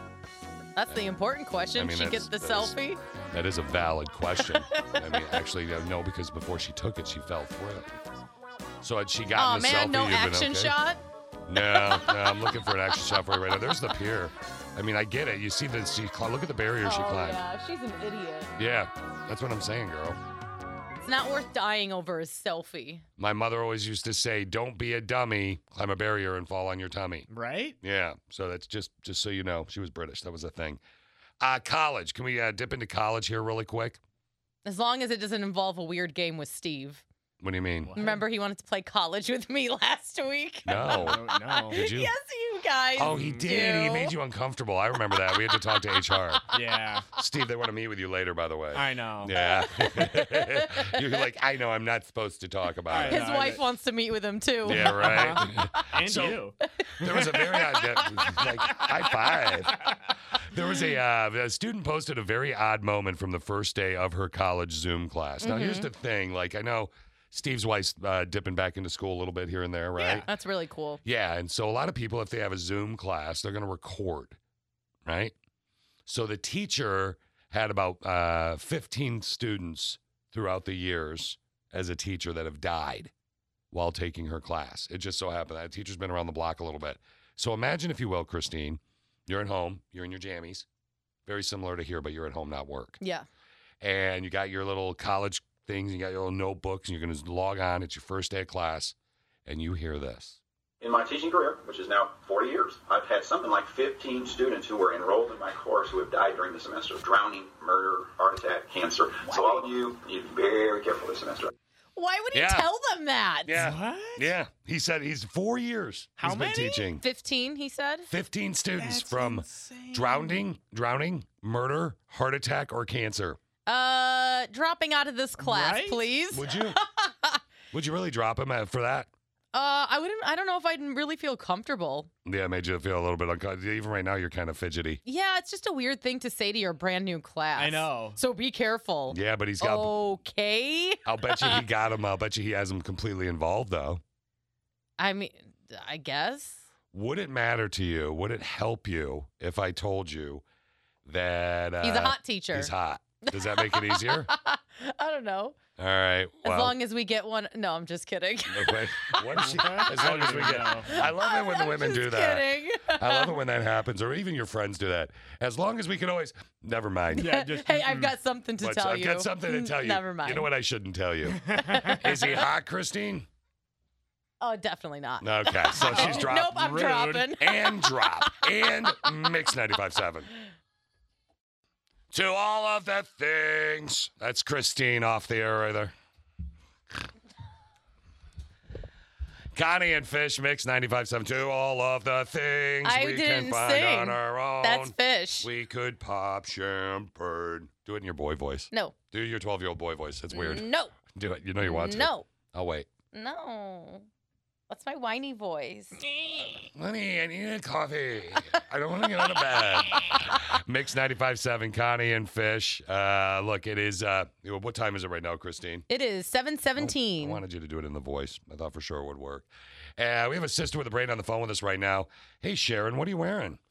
Speaker 8: That's the important question.
Speaker 7: I mean,
Speaker 8: she get
Speaker 7: that's-
Speaker 8: the
Speaker 7: that is-
Speaker 8: selfie?
Speaker 7: That is a valid question. I mean, actually, uh, no, because before she took it, she fell through. So had she
Speaker 8: Oh
Speaker 7: gotten a
Speaker 8: man,
Speaker 7: selfie,
Speaker 8: no
Speaker 7: you'd been
Speaker 8: action
Speaker 7: okay.
Speaker 8: shot.
Speaker 7: No, no, I'm looking for an action shot for you right now. There's the pier. I mean, I get it. You see the she cl- look at the barrier she
Speaker 8: oh
Speaker 7: climbed.
Speaker 8: yeah, she's an idiot.
Speaker 7: Yeah, that's what I'm saying, girl.
Speaker 8: It's not worth dying over a selfie.
Speaker 7: My mother always used to say, "Don't be a dummy. Climb a barrier and fall on your tummy."
Speaker 1: Right?
Speaker 7: Yeah. So that's just just so you know, she was British. That was a thing. Uh, college. Can we uh, dip into college here really quick?
Speaker 8: As long as it doesn't involve a weird game with Steve.
Speaker 7: What do you mean?
Speaker 8: Remember, he wanted to play college with me [LAUGHS] last week. [LAUGHS]
Speaker 7: No.
Speaker 1: no.
Speaker 7: Did you?
Speaker 8: Yes, you guys.
Speaker 7: Oh, he did. He
Speaker 8: do.
Speaker 7: made you uncomfortable. I remember that. We had to talk to HR.
Speaker 1: Yeah.
Speaker 7: Steve, they want to meet with you later, by the way.
Speaker 1: I know.
Speaker 7: Yeah. [LAUGHS] You're like, I know I'm not supposed to talk about
Speaker 8: [LAUGHS] His
Speaker 7: it.
Speaker 8: wife wants to meet with him too.
Speaker 7: Yeah, right.
Speaker 1: And
Speaker 7: So-
Speaker 1: you.
Speaker 7: There was a very odd, like, high five. There was a, uh, a student posted a very odd moment from the first day of her college Zoom class. Now, here's
Speaker 8: Mhm.
Speaker 7: the thing. Like, I know Steve's wife's uh, dipping back into school a little bit here and there, right?
Speaker 8: [LAUGHS] That's really cool.
Speaker 7: Yeah, and so a lot of people, if they have a Zoom class, they're going to record, right? So the teacher had about uh, 15 students throughout the years as a teacher that have died while taking her class. It just so happened that teacher's been around the block a little bit. So imagine, if you will, Christine, you're at home, you're in your jammies, very similar to here, but you're at home, not work
Speaker 8: Yeah.
Speaker 7: and you got your little college things, you got your little notebooks, and you're going to log on. It's your first day of class, and you hear this.
Speaker 13: In my teaching career, which is now 40 years, I've had something like 15 students who were enrolled in my course who have died during the semester. Drowning, murder, heart attack, cancer. So all of you, you be very careful this semester.
Speaker 8: Why would he
Speaker 7: Yeah.
Speaker 8: tell them that?
Speaker 7: Yeah, yeah. He said he's four years.
Speaker 8: How
Speaker 7: he's
Speaker 8: many?
Speaker 7: been teaching.
Speaker 8: 15, he said.
Speaker 7: Fifteen students from drowning, drowning, murder, heart attack, or cancer.
Speaker 8: Uh, dropping out of this class,
Speaker 7: Right?
Speaker 8: please.
Speaker 7: Would
Speaker 8: [LAUGHS]
Speaker 7: you? Would you really drop him at- for that?
Speaker 8: Uh, I wouldn't. I don't know if I'd really feel comfortable.
Speaker 7: Yeah, it made you feel a little bit uncomfortable. Even right now, you're kind of fidgety.
Speaker 8: Yeah, it's just a weird thing to say to your brand new class. I know. So be careful.
Speaker 7: Yeah, but he's got.
Speaker 8: Oh. okay.
Speaker 7: I'll bet you he got him. I'll bet you he has him completely involved though.
Speaker 8: I mean, I guess.
Speaker 7: Would it matter to you? Would it help you if I told you that uh,
Speaker 8: He's a hot teacher.
Speaker 7: He's hot. Does that make it easier?
Speaker 8: [LAUGHS] I don't know.
Speaker 7: All right.
Speaker 8: As
Speaker 7: Well,
Speaker 8: long as we get one. No, I'm just kidding.
Speaker 7: okay. What if she- as long as we get. I love
Speaker 8: [LAUGHS]
Speaker 7: it when the women do that. Uh,
Speaker 8: kidding.
Speaker 7: I love it when that happens, or even your friends do that. As long as we can always. Never mind. [LAUGHS]
Speaker 8: hey, I've got something to
Speaker 7: What's-
Speaker 8: tell
Speaker 7: I've
Speaker 8: you.
Speaker 7: got something to
Speaker 8: [LAUGHS] Mm,
Speaker 7: tell you.
Speaker 8: Never mind.
Speaker 7: You know what? I shouldn't tell you.
Speaker 1: [LAUGHS]
Speaker 7: Is he hot, Christine?
Speaker 8: Oh, definitely not.
Speaker 7: Okay,
Speaker 8: [LAUGHS]
Speaker 7: so she's dropped.
Speaker 8: Nope, I'm dropping. [LAUGHS]
Speaker 7: And drop. And mix 95.7. To all of the things. That's Christine off the air right there. Connie and Fish mix 95.7. To all of the things
Speaker 8: I
Speaker 7: we can
Speaker 8: didn't
Speaker 7: find on
Speaker 8: sing.
Speaker 7: our own.
Speaker 8: That's Fish.
Speaker 7: We could pop champagne. Do it in your boy voice.
Speaker 8: No.
Speaker 7: Do your 12 year old boy voice. It's weird.
Speaker 8: No.
Speaker 7: Do it. You know you want to.
Speaker 8: Mm. No.
Speaker 7: I'll wait.
Speaker 8: No. That's my
Speaker 7: [LAUGHS]
Speaker 8: whiny voice.
Speaker 7: Honey, I need a coffee. I don't want to get out of bed. [LAUGHS] Mix 95.7, Connie and Fish. Uh, look, it is, uh, what time is it right now, Christine?
Speaker 8: It is
Speaker 7: Oh, I
Speaker 8: 717.
Speaker 7: wanted you to do it in the voice. I thought for sure it would work. Uh, we have a sister with a brain on the phone with us right now. Hey, Sharon, what are you wearing? [LAUGHS]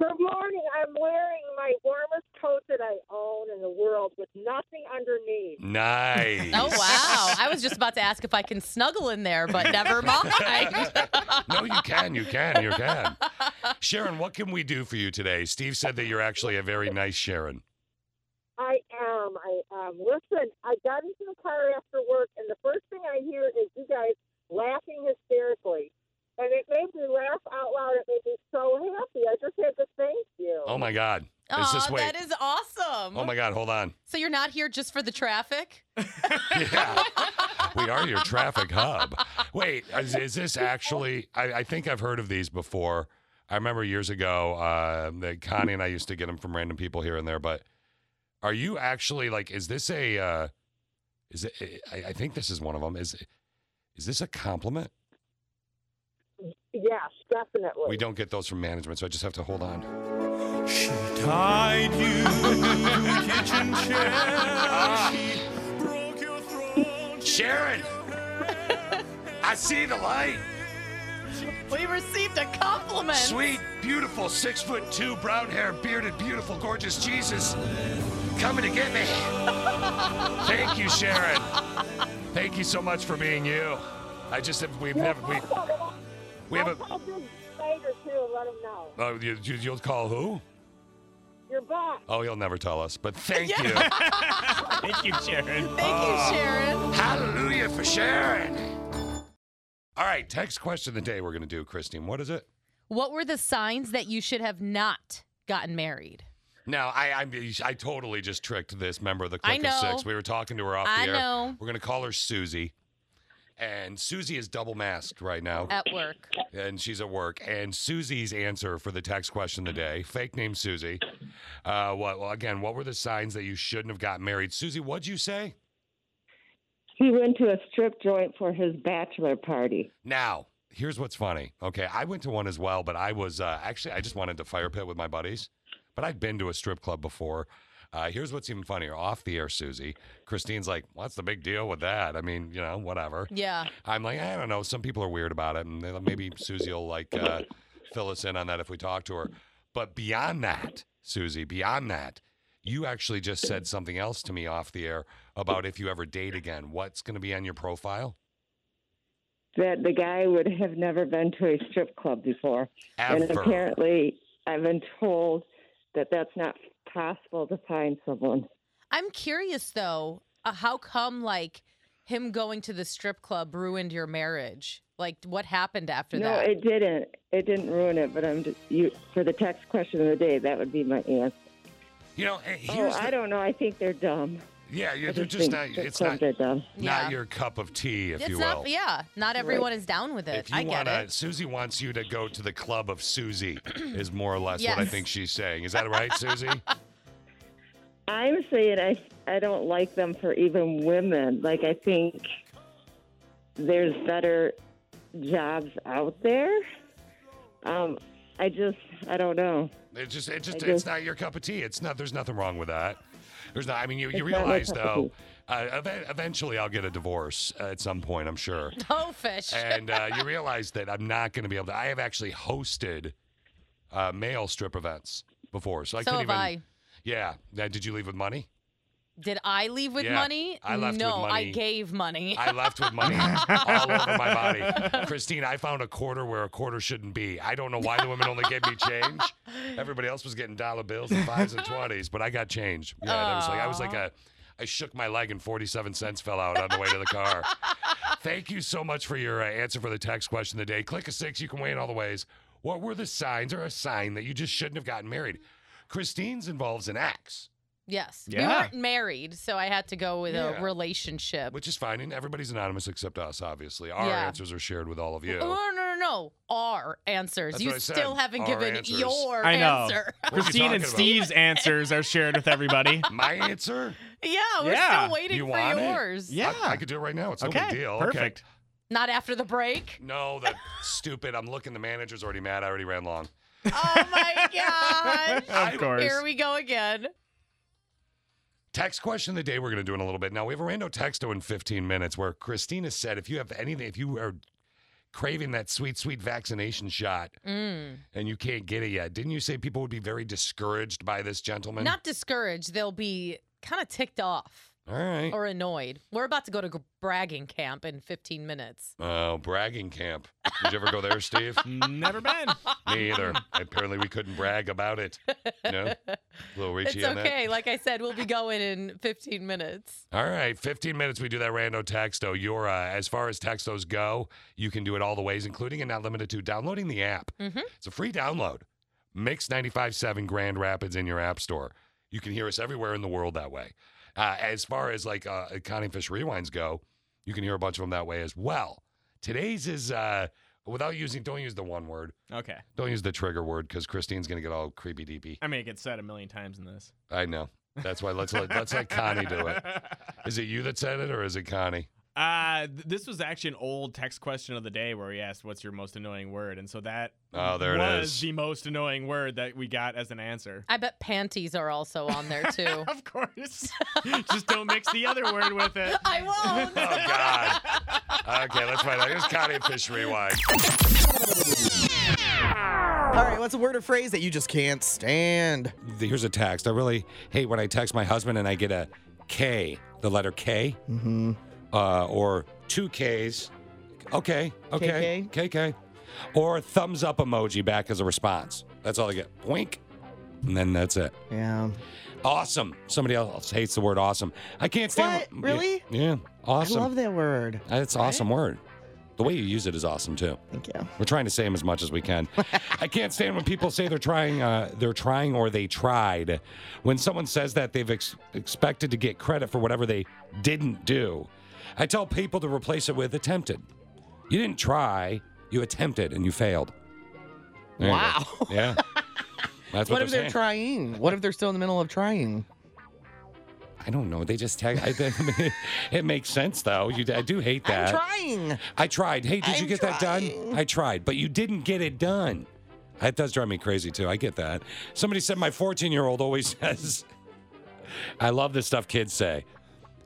Speaker 14: Good morning. I'm wearing my warmest coat that I own in the world with nothing underneath.
Speaker 7: Nice.
Speaker 8: Oh, wow. I was just about to ask if I can snuggle in there, but
Speaker 7: [LAUGHS]
Speaker 8: never mind.
Speaker 7: no, you can. You can. You can. Sharon, what can we do for you today? Steve said that you're actually a very nice Sharon.
Speaker 14: I am. I am. Listen, I got into the car after work, and the first thing I hear is you guys laughing hysterically. And it made me laugh out loud. It made me so happy. I just had to thank you.
Speaker 7: Oh, my God. It's just
Speaker 8: Aw,
Speaker 7: wait.
Speaker 8: that is awesome.
Speaker 7: oh my God, hold on.
Speaker 8: So you're not here just for the traffic?
Speaker 7: We are your traffic hub. Wait, is, is this actually? I, I think I've heard of these before. I remember years ago uh, that Connie and I used to get them from random people here and there. But are you actually like? Is this a? Uh, is it? I, I think this is one of them. Is is this a compliment?
Speaker 14: Yes, definitely.
Speaker 7: We don't get those from management, so I just have to hold on.
Speaker 2: She tied you to a kitchen chair.
Speaker 14: [LAUGHS]
Speaker 7: Sharon, I see the light.
Speaker 8: We received a compliment.
Speaker 7: Sweet, beautiful, six foot two, brown hair, bearded, beautiful, gorgeous Jesus coming to get me. Thank you, Sharon. Thank you so much for being you. I just have, we've never, we, we have a,
Speaker 14: I'll do later too. Let them know
Speaker 7: oh, you, you- you'll call who?
Speaker 14: you're back.
Speaker 7: Oh, he'll never tell us, but thank you.
Speaker 1: Thank you, Sharon.
Speaker 8: Thank you, Sharon.
Speaker 7: Hallelujah for Sharon. All right, text question of the day we're going to do, Christine. What is it?
Speaker 8: What were the signs that you should have not gotten married?
Speaker 7: No, I, I I totally just tricked this member of the
Speaker 8: I
Speaker 7: Click of
Speaker 8: know.
Speaker 7: Six. We were talking to her off
Speaker 8: I
Speaker 7: the air.
Speaker 8: know.
Speaker 7: We're gonna call her Susie, and Susie is double masked right now,
Speaker 8: At work.
Speaker 7: and she's at work. And Susie's answer for the text question of the day, fake name Susie. Uh, what? Well, again, what were the signs that you shouldn't have got married, Susie? What'd you say?
Speaker 15: He went to a strip joint for his bachelor party.
Speaker 7: Now, here's what's funny. Okay, I went to one as well, but I was uh, actually I just wanted to fire pit with my buddies, but I'd been to a strip club before. Uh, here's what's even funnier. Off the air, Susie, Christine's like, "What's the big deal with that? I mean, you know, whatever."
Speaker 8: Yeah.
Speaker 7: I'm like, I don't know. Some people are weird about it, and they- maybe Susie will like uh, fill us in on that if we talk to her. But beyond that, Susie, beyond that, you actually just said something else to me off the air about if you ever date again, what's going to be on your profile?
Speaker 15: That the guy would have never been to a strip club before. And
Speaker 7: Ever.
Speaker 15: apparently, I've been told that that's not possible to find someone.
Speaker 8: I'm curious though, uh, how come like him going to the strip club ruined your marriage? Like what happened after
Speaker 15: no,
Speaker 8: that?
Speaker 15: it didn't. It didn't ruin it. But I'm just you for the text question of the day. That would be my answer.
Speaker 7: You know, eh,
Speaker 15: Oh,
Speaker 7: here's
Speaker 15: I
Speaker 7: the-
Speaker 15: don't know. I think they're dumb.
Speaker 7: Yeah,
Speaker 15: I
Speaker 7: you they're just
Speaker 15: just think
Speaker 7: not.
Speaker 15: strip
Speaker 7: It's
Speaker 15: clubs
Speaker 7: not,
Speaker 15: are dumb.
Speaker 8: Yeah.
Speaker 7: not your cup of tea, if
Speaker 8: it's
Speaker 7: you will.
Speaker 8: not yeah, not everyone is down with it.
Speaker 7: If you
Speaker 8: I get
Speaker 7: wanna,
Speaker 8: it.
Speaker 7: Susie wants you to go to the club of
Speaker 8: [CLEARS THROAT]
Speaker 7: Susie, is more or less what I
Speaker 8: Yes.
Speaker 7: think she's saying. Is that right,
Speaker 8: [LAUGHS]
Speaker 7: Susie?
Speaker 15: I'm saying I I don't like them for even women. Like I think there's better jobs out there. Um, I just I don't know.
Speaker 7: It just, it just, it's
Speaker 15: I just-
Speaker 7: not your cup of tea. It's not. There's nothing wrong with that. There's not. I mean, you, you
Speaker 15: It's not my
Speaker 7: realize
Speaker 15: cup of
Speaker 7: though, uh, ev- eventually I'll get a divorce uh, at some point. I'm
Speaker 8: [LAUGHS]
Speaker 7: sure.
Speaker 8: No Oh, fish.
Speaker 7: and uh, you realize that I'm not going to be able to. I have actually hosted uh, male strip events before, so I
Speaker 8: So
Speaker 7: couldn't
Speaker 8: have
Speaker 7: even.
Speaker 8: I.
Speaker 7: Yeah. Now, did you leave with money?
Speaker 8: Did I leave with
Speaker 7: Yeah,
Speaker 8: money?
Speaker 7: I left with
Speaker 8: no,
Speaker 7: money.
Speaker 8: I gave money.
Speaker 7: I left with money all over my body. Christine, I found a quarter where a quarter shouldn't be. I don't know why the women only gave me change. Everybody else was getting dollar bills and fives and twenties, but I got change. Yeah, and I was like, I was like a, I shook my leg and forty-seven cents fell out on the way to the car. Thank you so much for your uh, answer for the text question of the day. Click a six. You can weigh in all the ways. What were the signs or a sign that you just shouldn't have gotten married? Christine's involves an axe.
Speaker 8: yes. We
Speaker 7: Yeah.
Speaker 8: weren't married, so I had to go with
Speaker 7: Yeah.
Speaker 8: a relationship.
Speaker 7: Which is fine, and everybody's anonymous except us, obviously. Our
Speaker 8: Yeah.
Speaker 7: answers are shared with all of you.
Speaker 8: Oh, no, no, no, no. Our answers.
Speaker 7: That's
Speaker 8: you
Speaker 7: what I said.
Speaker 8: still haven't
Speaker 7: Our
Speaker 8: given
Speaker 7: answers.
Speaker 8: your
Speaker 1: I know.
Speaker 8: answer. [LAUGHS]
Speaker 7: What are you
Speaker 1: Christine
Speaker 7: talking
Speaker 1: and
Speaker 7: about?
Speaker 1: Steve's answers are shared
Speaker 7: [LAUGHS]
Speaker 1: with everybody.
Speaker 7: My answer?
Speaker 8: yeah, we're
Speaker 1: Yeah.
Speaker 8: still waiting
Speaker 7: You
Speaker 8: for
Speaker 7: want it?
Speaker 8: yours.
Speaker 7: I- I, could do it right now. It's no
Speaker 1: Okay,
Speaker 7: big deal.
Speaker 1: perfect.
Speaker 8: Not after
Speaker 7: [LAUGHS]
Speaker 8: the break.
Speaker 7: Okay. No, that stupid. I'm looking. The manager's already mad. I already ran long.
Speaker 8: Oh my
Speaker 7: [LAUGHS]
Speaker 8: gosh.
Speaker 7: Of course.
Speaker 8: Here we go again.
Speaker 7: Text question of the day we're going to do in a little bit. Now, we have a rando texto in 15 minutes where Christina said if you have anything, if you are craving that sweet, sweet vaccination shot
Speaker 8: Mm.
Speaker 7: and you can't get it yet, didn't you say people would be very discouraged by this gentleman?
Speaker 8: Not discouraged. They'll be kind of ticked off
Speaker 7: All right.
Speaker 8: or annoyed. We're about to go to g- bragging camp in 15 minutes. [LAUGHS]
Speaker 7: Oh, bragging camp. Did you ever go there, Steve? [LAUGHS]
Speaker 1: Never been.
Speaker 7: Me either. Apparently, we couldn't brag about it. No, little Richie
Speaker 8: it's
Speaker 7: on that.
Speaker 8: okay. Like I said, we'll be going in 15 minutes.
Speaker 7: All right, 15 minutes. We do that rando texto. Your uh, as far as textos go, you can do it all the ways, including and not limited to downloading the app.
Speaker 8: Mhm.
Speaker 7: It's a free download. Mix 95.7 Grand Rapids in your app store. You can hear us everywhere in the world that way. Uh, as far as like uh, Connie Fish Rewinds go, you can hear a bunch of them that way as well. Today's is, uh, without using, don't use the one word.
Speaker 1: Okay.
Speaker 7: Don't use the trigger word because Christine's going to get all creepy deepy.
Speaker 1: I mean, it gets said a million times in this.
Speaker 7: I know. That's why let's let, let's let Connie do it. Is it you that said it or is it Connie?
Speaker 1: [LAUGHS] Uh, th- this was actually an old text question of the day where he asked, "What's your most annoying word?" And so that
Speaker 7: Oh, there it
Speaker 1: was
Speaker 7: is.
Speaker 1: the most annoying word that we got as an answer.
Speaker 8: I bet panties are also on there
Speaker 16: [LAUGHS]
Speaker 8: too.
Speaker 1: of course. [LAUGHS] Just don't mix the other word
Speaker 16: [LAUGHS]
Speaker 1: with it.
Speaker 8: [LAUGHS] I won't.
Speaker 7: Oh God. Okay, let's find out. Here's Connie and Fish Rewind.
Speaker 16: All right, what's a word or phrase that you just can't stand?
Speaker 7: Here's a text. I really hate when I text my husband and I get a K, the letter K,
Speaker 16: Mm-hmm.
Speaker 7: uh, or two Ks. Okay, okay, KK, or thumbs up emoji back as a response. That's all I get. Wink, and then that's it.
Speaker 16: Yeah.
Speaker 7: Awesome. Somebody else hates the word awesome. I can't stand.
Speaker 16: What? Really?
Speaker 7: Yeah. Awesome.
Speaker 16: I love that word.
Speaker 7: That's an awesome word. The way you use it is awesome too.
Speaker 16: Thank you.
Speaker 7: We're trying to say them as much as we
Speaker 16: [LAUGHS]
Speaker 7: can. I can't stand when people say they're trying, uh, they're trying, or they tried. When someone says that, they've ex- expected to get credit for whatever they didn't do. I tell people to replace it with attempted. You didn't try. You attempted and you failed. There you go.
Speaker 16: Wow.
Speaker 7: Yeah. That's what,
Speaker 16: if they're
Speaker 7: saying.
Speaker 16: trying? What if they're still in the middle of trying?
Speaker 7: I don't know. They just tag. I, think- [LAUGHS] it makes sense though. You, I do hate that.
Speaker 16: Trying.
Speaker 7: I tried. Hey, did you get that done? I tried, but you didn't get it done. That does drive me crazy too. I get that. Somebody said my 14 year old always [LAUGHS] says, I love this stuff kids say.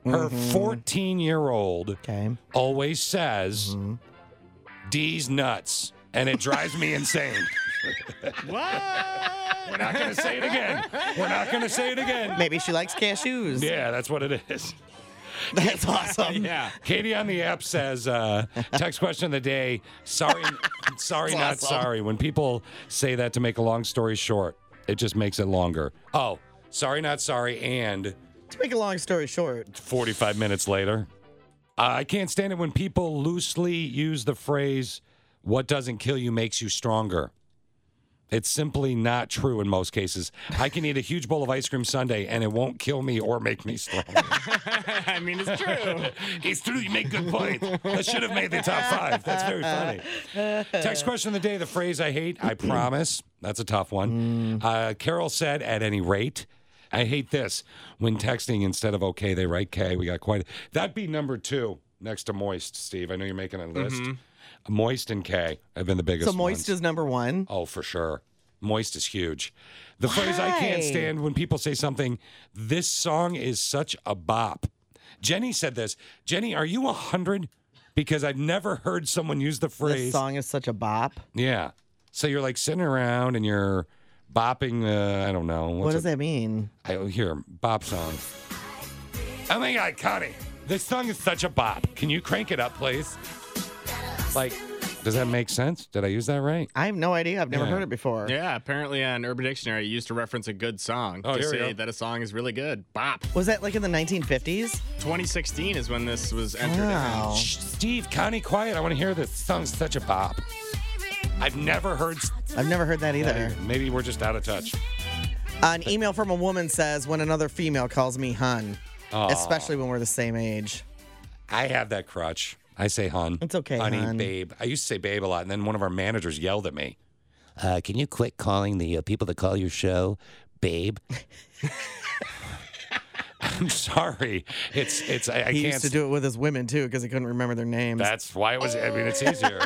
Speaker 16: Mm-hmm.
Speaker 7: Her 14 year old always says,
Speaker 16: Mm-hmm.
Speaker 7: D's nuts. And it drives me insane. We're not going to say it again. We're not going to say it again.
Speaker 16: Maybe she likes cashews.
Speaker 7: Yeah, that's what it is.
Speaker 16: That's awesome.
Speaker 1: yeah.
Speaker 7: Katie on the app says, uh, text question of the day. Sorry, sorry,
Speaker 16: That's
Speaker 7: not
Speaker 16: awesome.
Speaker 7: sorry. When people say that to make a long story short, it just makes it longer. Oh, sorry, not sorry, and
Speaker 16: To make a long story short,
Speaker 7: 45 minutes later. Uh, I can't stand it when people loosely use the phrase, what doesn't kill you makes you stronger. It's simply not true in most cases. I can eat a huge bowl of ice cream sundae and it won't kill me or make me stronger.
Speaker 1: [LAUGHS] I mean, it's true.
Speaker 7: [LAUGHS] it's true. You make good point. I should have made the top five. That's very funny. Text question of the day the phrase I hate, I promise. That's a tough one. Uh, Carol said, at any rate. I hate this. When texting, instead of okay, they write K. We got quite. That'd be number two next to moist, Steve. I know you're making a list. Moist and K have been the biggest
Speaker 16: Mm-hmm. so moist
Speaker 7: ones.
Speaker 16: is number one.
Speaker 7: Oh, for sure. Moist is huge. The phrase I can't
Speaker 16: Why?
Speaker 7: stand when people say something, this song is such a bop. Jenny said this. Jenny, are you 100? Because I've never heard someone use the phrase.
Speaker 16: This song is such a bop.
Speaker 7: Yeah. So you're like sitting around and you're bopping, uh, I don't know.
Speaker 16: what does that mean?
Speaker 7: I hear bop song. Oh my God, Connie, this song is such a bop. Can you crank it up, please? Like, does that make sense? Did I use that right?
Speaker 16: I have no idea. I've never
Speaker 7: Yeah.
Speaker 16: heard it before.
Speaker 1: Yeah, apparently on Urban Dictionary, it used to reference a good song
Speaker 7: Oh,
Speaker 1: to
Speaker 7: here we
Speaker 1: say
Speaker 7: go.
Speaker 1: that a song is really good. Bop.
Speaker 16: Was that like in the 1950s?
Speaker 1: 2016 is when this was entered.
Speaker 16: Wow.
Speaker 7: Shh, Steve, Connie, quiet. I want to hear this song's such a bop. I've never heard.
Speaker 16: I've never heard that either.
Speaker 7: Maybe we're just out of touch.
Speaker 16: An email from a woman says, when another female calls me hun,
Speaker 7: Aw.
Speaker 16: especially when we're the same age.
Speaker 7: I have that crutch. I say hun. It's
Speaker 16: okay,
Speaker 7: Honey,
Speaker 16: hun.
Speaker 7: babe. I used to say babe a lot, and then one of our managers yelled at me. Uh, can you quit calling the uh, people that call your show babe? [LAUGHS] I'm sorry. It's it's I, I
Speaker 16: he
Speaker 7: can't
Speaker 16: used to do it with his women too because he couldn't remember their names.
Speaker 7: That's why it was. I mean, it's easier. [LAUGHS]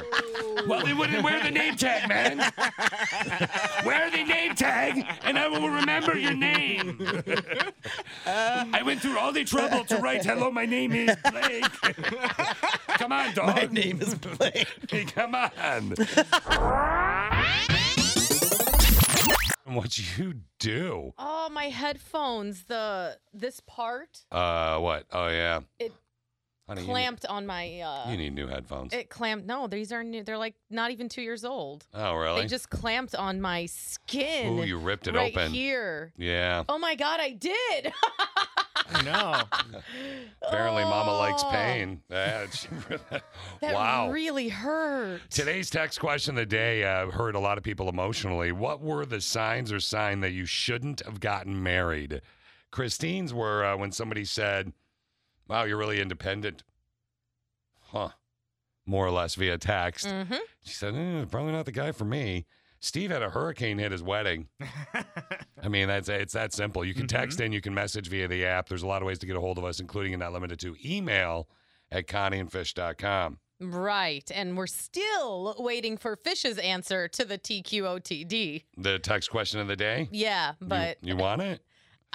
Speaker 7: well, they wouldn't wear the name tag, man. [LAUGHS] wear the name tag, and I will remember your name. I went through all the trouble to write, "Hello, my name is Blake." [LAUGHS] Come on, dog. My
Speaker 16: name is Blake.
Speaker 7: [LAUGHS] Come on. what you do?
Speaker 8: [LAUGHS] Oh, my headphones. The this part
Speaker 7: Uh, what? Oh yeah,
Speaker 8: it
Speaker 7: honey. you need-
Speaker 8: clamped on my. Uh,
Speaker 7: You need, new headphones.
Speaker 8: it clamped. No, these are new. They're like not even two years old.
Speaker 7: oh really?
Speaker 8: They just clamped on my skin.
Speaker 7: Ooh, you ripped it
Speaker 8: right
Speaker 7: open.
Speaker 8: here.
Speaker 7: yeah.
Speaker 8: Oh my god, I did.
Speaker 1: no.
Speaker 7: Apparently, Mama likes pain. That- she [LAUGHS] really-
Speaker 8: [LAUGHS] That
Speaker 7: wow.
Speaker 8: really hurt.
Speaker 7: Today's text question of the day uh, hurt a lot of people emotionally. What were the signs or sign that you shouldn't have gotten married? Christine's were uh, when somebody said, "Wow, you're really independent," huh? More or less via text.
Speaker 8: Mhm.
Speaker 7: She said, "Eh, "Probably not the guy for me." Steve had a hurricane hit his wedding. I mean, that's it's that simple. You can text in, you can message via the app. There's a lot of ways to get a hold of us, including and not limited to email at connieandfish.com.
Speaker 8: Right. And we're still waiting for Fish's answer to the TQOTD.
Speaker 7: The text question of the day.
Speaker 8: Yeah,
Speaker 7: You-
Speaker 8: but
Speaker 7: you, want it?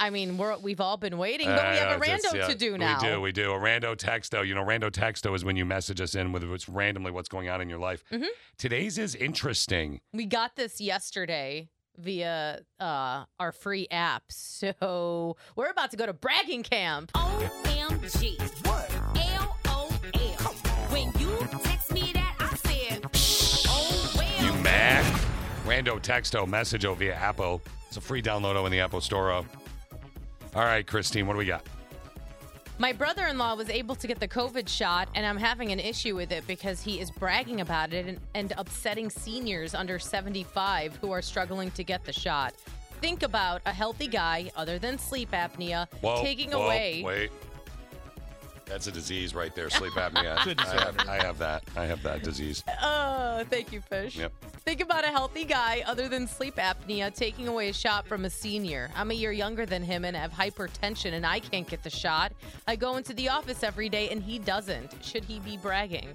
Speaker 8: I mean, we're, we've all been waiting, but
Speaker 7: Uh,
Speaker 8: we have a
Speaker 7: it's-
Speaker 8: rando
Speaker 7: it's- yeah,
Speaker 8: to do now.
Speaker 7: We do, we do. A rando texto. You know, rando texto is when you message us in with what's randomly what's going on in your life.
Speaker 8: Mhm.
Speaker 7: Today's is interesting.
Speaker 8: We got this yesterday via uh, our free app. So we're about to go to bragging camp.
Speaker 17: OMG. What? LOL. When you text me that, I said, oh, well.
Speaker 7: You mad? Rando texto message oh, via Apple. It's a free download oh, in the Apple Store. oh. All right, Christine, what do we got?
Speaker 8: My brother in law was able to get the COVID shot, and I'm having an issue with it because he is bragging about it and, and upsetting seniors under 75 who are struggling to get the shot. Think about a healthy guy, other than sleep apnea,
Speaker 7: Whoa,
Speaker 8: taking
Speaker 7: whoa,
Speaker 8: away.
Speaker 7: Wait. That's a disease right there. Sleep apnea.
Speaker 8: It's a
Speaker 7: I, have, I have that. I have that disease.
Speaker 8: Oh, thank you, Fish.
Speaker 7: Yep.
Speaker 8: Think about a healthy guy, other than sleep apnea, taking away a shot from a senior. I'm a year younger than him and have hypertension, and I can't get the shot. I go into the office every day, and he doesn't. Should he be bragging?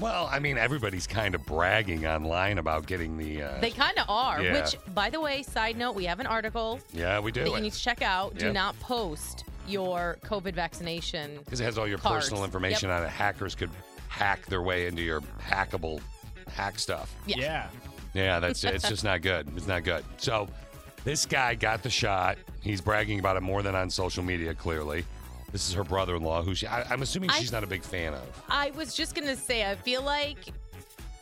Speaker 7: Well, I mean, everybody's kind of bragging online about getting the. Uh,
Speaker 8: They kind of are.
Speaker 7: Yeah.
Speaker 8: Which, by the way, side note, we have an article
Speaker 7: yeah, we do.
Speaker 8: that you need to check out. Do
Speaker 7: Yeah.
Speaker 8: not post your COVID vaccination
Speaker 7: Because it has all your
Speaker 8: cards.
Speaker 7: personal information
Speaker 8: Yep.
Speaker 7: on it. Hackers could hack their way into your hackable hack stuff.
Speaker 8: [LAUGHS] Yeah.
Speaker 7: Yeah, that's it's just not good. It's not good. So this guy got the shot. He's bragging about it more than on social media. Clearly, this is her brother-in-law, who she, I, I'm assuming
Speaker 8: I-
Speaker 7: she's not a big fan of.
Speaker 8: I was just gonna say, I feel like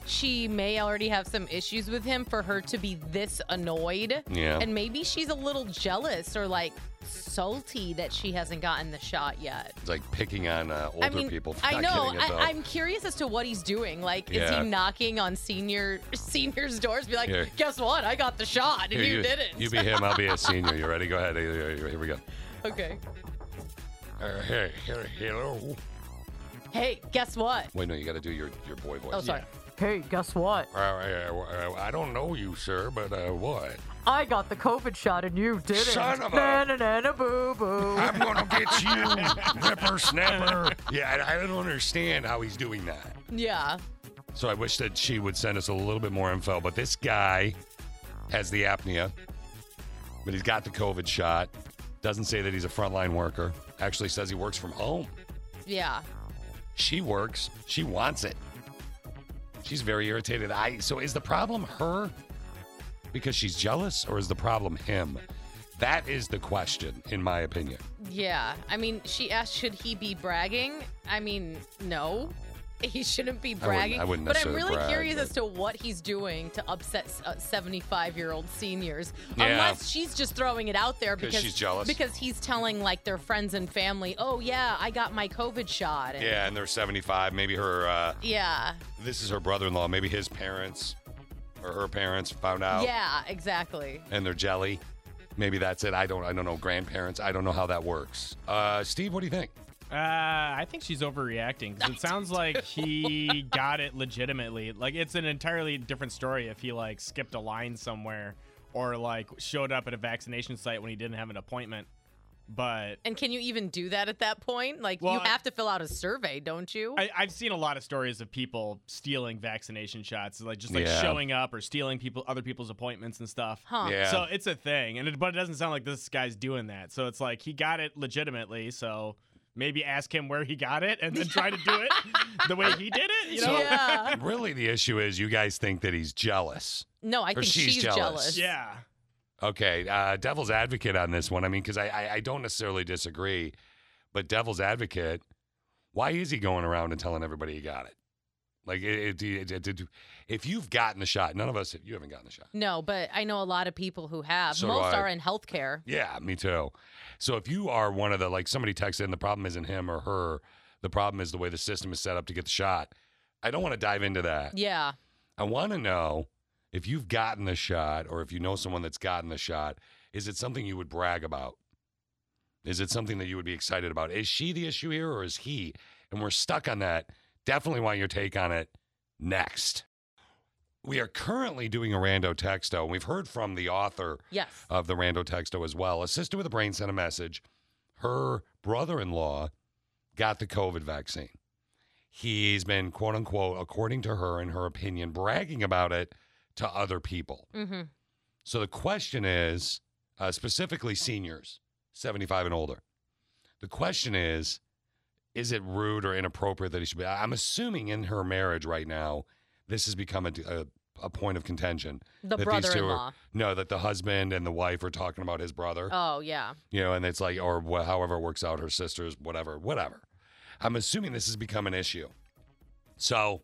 Speaker 8: she may already have some issues with him for her to be this annoyed.
Speaker 7: Yeah.
Speaker 8: And maybe she's a little jealous or like salty that she hasn't gotten the shot yet.
Speaker 7: It's like picking on uh, older
Speaker 8: I mean,
Speaker 7: people. For
Speaker 8: I
Speaker 7: not
Speaker 8: know.
Speaker 7: Getting it, though.
Speaker 8: I, I'm curious as to what he's doing. Like, is
Speaker 7: Yeah.
Speaker 8: he knocking on senior [LAUGHS] seniors' doors? Be like,
Speaker 7: Here.
Speaker 8: guess what? I got the shot, and
Speaker 7: Here,
Speaker 8: you, didn't. [LAUGHS]
Speaker 7: You be him. I'll be a senior. You ready? Go ahead. Here here- here we go.
Speaker 8: okay.
Speaker 7: Uh, here, here, hello.
Speaker 8: Hey, guess what?
Speaker 7: Wait, no, you got to do your, your boy voice.
Speaker 8: Oh, sorry. Hey, guess what?
Speaker 7: Uh, uh, uh, I don't know you, sir, but uh, what?
Speaker 8: I got the COVID shot and you didn't.
Speaker 7: Son of a-
Speaker 8: na, na, na, na, boo boo.
Speaker 7: I'm gonna get you, whippersnapper. Yeah, I, I don't understand how he's doing that.
Speaker 8: Yeah.
Speaker 7: So I wish that she would send us a little bit more info. But this guy has the apnea, but he's got the COVID shot. Doesn't say that he's a frontline worker. Actually, says he works from home.
Speaker 8: Yeah.
Speaker 7: She works. She wants it. She's very irritated. I so is the problem her because she's jealous, or is the problem him? That is the question, in my opinion.
Speaker 8: Yeah. I mean, she asked, should he be bragging? I mean, no. He shouldn't
Speaker 7: I
Speaker 8: be
Speaker 7: wouldn't-
Speaker 8: bragging.
Speaker 7: I wouldn't
Speaker 8: but I'm
Speaker 7: necessarily
Speaker 8: really
Speaker 7: brag,
Speaker 8: curious
Speaker 7: but-
Speaker 8: as to what he's doing to upset 75 year old seniors.
Speaker 7: Yeah.
Speaker 8: Unless she's just throwing it out there
Speaker 7: 'Cause
Speaker 8: because
Speaker 7: she's jealous.
Speaker 8: Because he's telling like their friends and family, oh, yeah, I got my COVID shot. And,
Speaker 7: Yeah, and they're 75. Maybe her, uh,
Speaker 8: Yeah.
Speaker 7: this is her brother in law. Maybe his parents or her parents found out
Speaker 8: Yeah, exactly.
Speaker 7: and they're jelly. Maybe that's it. I don't, I don't know. Grandparents. I don't know how that works. Uh, Steve, what do you think?
Speaker 1: Uh, I think she's overreacting
Speaker 8: [LAUGHS]
Speaker 1: because it sounds like he got it legitimately. Like it's an entirely different story if he like skipped a line somewhere or like showed up at a vaccination site when he didn't have an appointment. But
Speaker 8: And can you even do that at that point? Like,
Speaker 1: Well,
Speaker 8: you
Speaker 1: I-
Speaker 8: have to fill out a survey, don't you?
Speaker 1: I, I've seen a lot of stories of people stealing vaccination shots, like just like
Speaker 7: Yeah.
Speaker 1: showing up or stealing people other people's appointments and stuff.
Speaker 8: Huh.
Speaker 7: Yeah.
Speaker 1: So [LAUGHS] it's a thing, and it, but it doesn't sound like this guy's doing that. So it's like he got it legitimately. So maybe ask him where he got it, and then try to
Speaker 7: [LAUGHS]
Speaker 1: do it the way he did it. You know?
Speaker 8: yeah.
Speaker 7: Really, the issue is you guys think that he's jealous.
Speaker 8: No, I
Speaker 7: Or
Speaker 8: think
Speaker 7: she's
Speaker 8: she's,
Speaker 7: jealous.
Speaker 1: [LAUGHS] Yeah.
Speaker 7: Okay, uh, devil's advocate on this one. I mean, because I, I I don't necessarily disagree, but devil's advocate, why is he going around and telling everybody he got it? Like it, it, it, it- if you've gotten the shot, none of us you haven't gotten the shot.
Speaker 8: No, but I know a lot of people who have.
Speaker 7: So do
Speaker 8: Most
Speaker 7: I.
Speaker 8: are in healthcare.
Speaker 7: Yeah, me too. So if you are one of the like somebody texted in, the problem isn't him or her. The problem is the way the system is set up to get the shot. I don't want to dive into that.
Speaker 8: Yeah.
Speaker 7: I want to know if you've gotten the shot or if you know someone that's gotten the shot, is it something you would brag about? Is it something that you would be excited about? Is she the issue here or is he? And we're stuck on that. Definitely want your take on it next. We are currently doing a rando texto, and we've heard from the author
Speaker 8: Yes.
Speaker 7: of the rando texto as well. A sister with a brain sent a message. Her brother in law got the COVID vaccine he's been quote unquote according to her in her opinion bragging about it to other people
Speaker 8: Mm-hmm.
Speaker 7: so the question is uh, specifically seniors 75 and older the question is is it rude or inappropriate that he should be I- i'm assuming in her marriage right now this has become a, a, a point of contention that
Speaker 8: The
Speaker 7: these two are-
Speaker 8: brother-in-law.
Speaker 7: no that the husband and the wife are talking about his brother
Speaker 8: Oh, yeah.
Speaker 7: you know, and it's like, or wh- however it works out, her sisters, whatever, whatever. I'm assuming this has become an issue. So,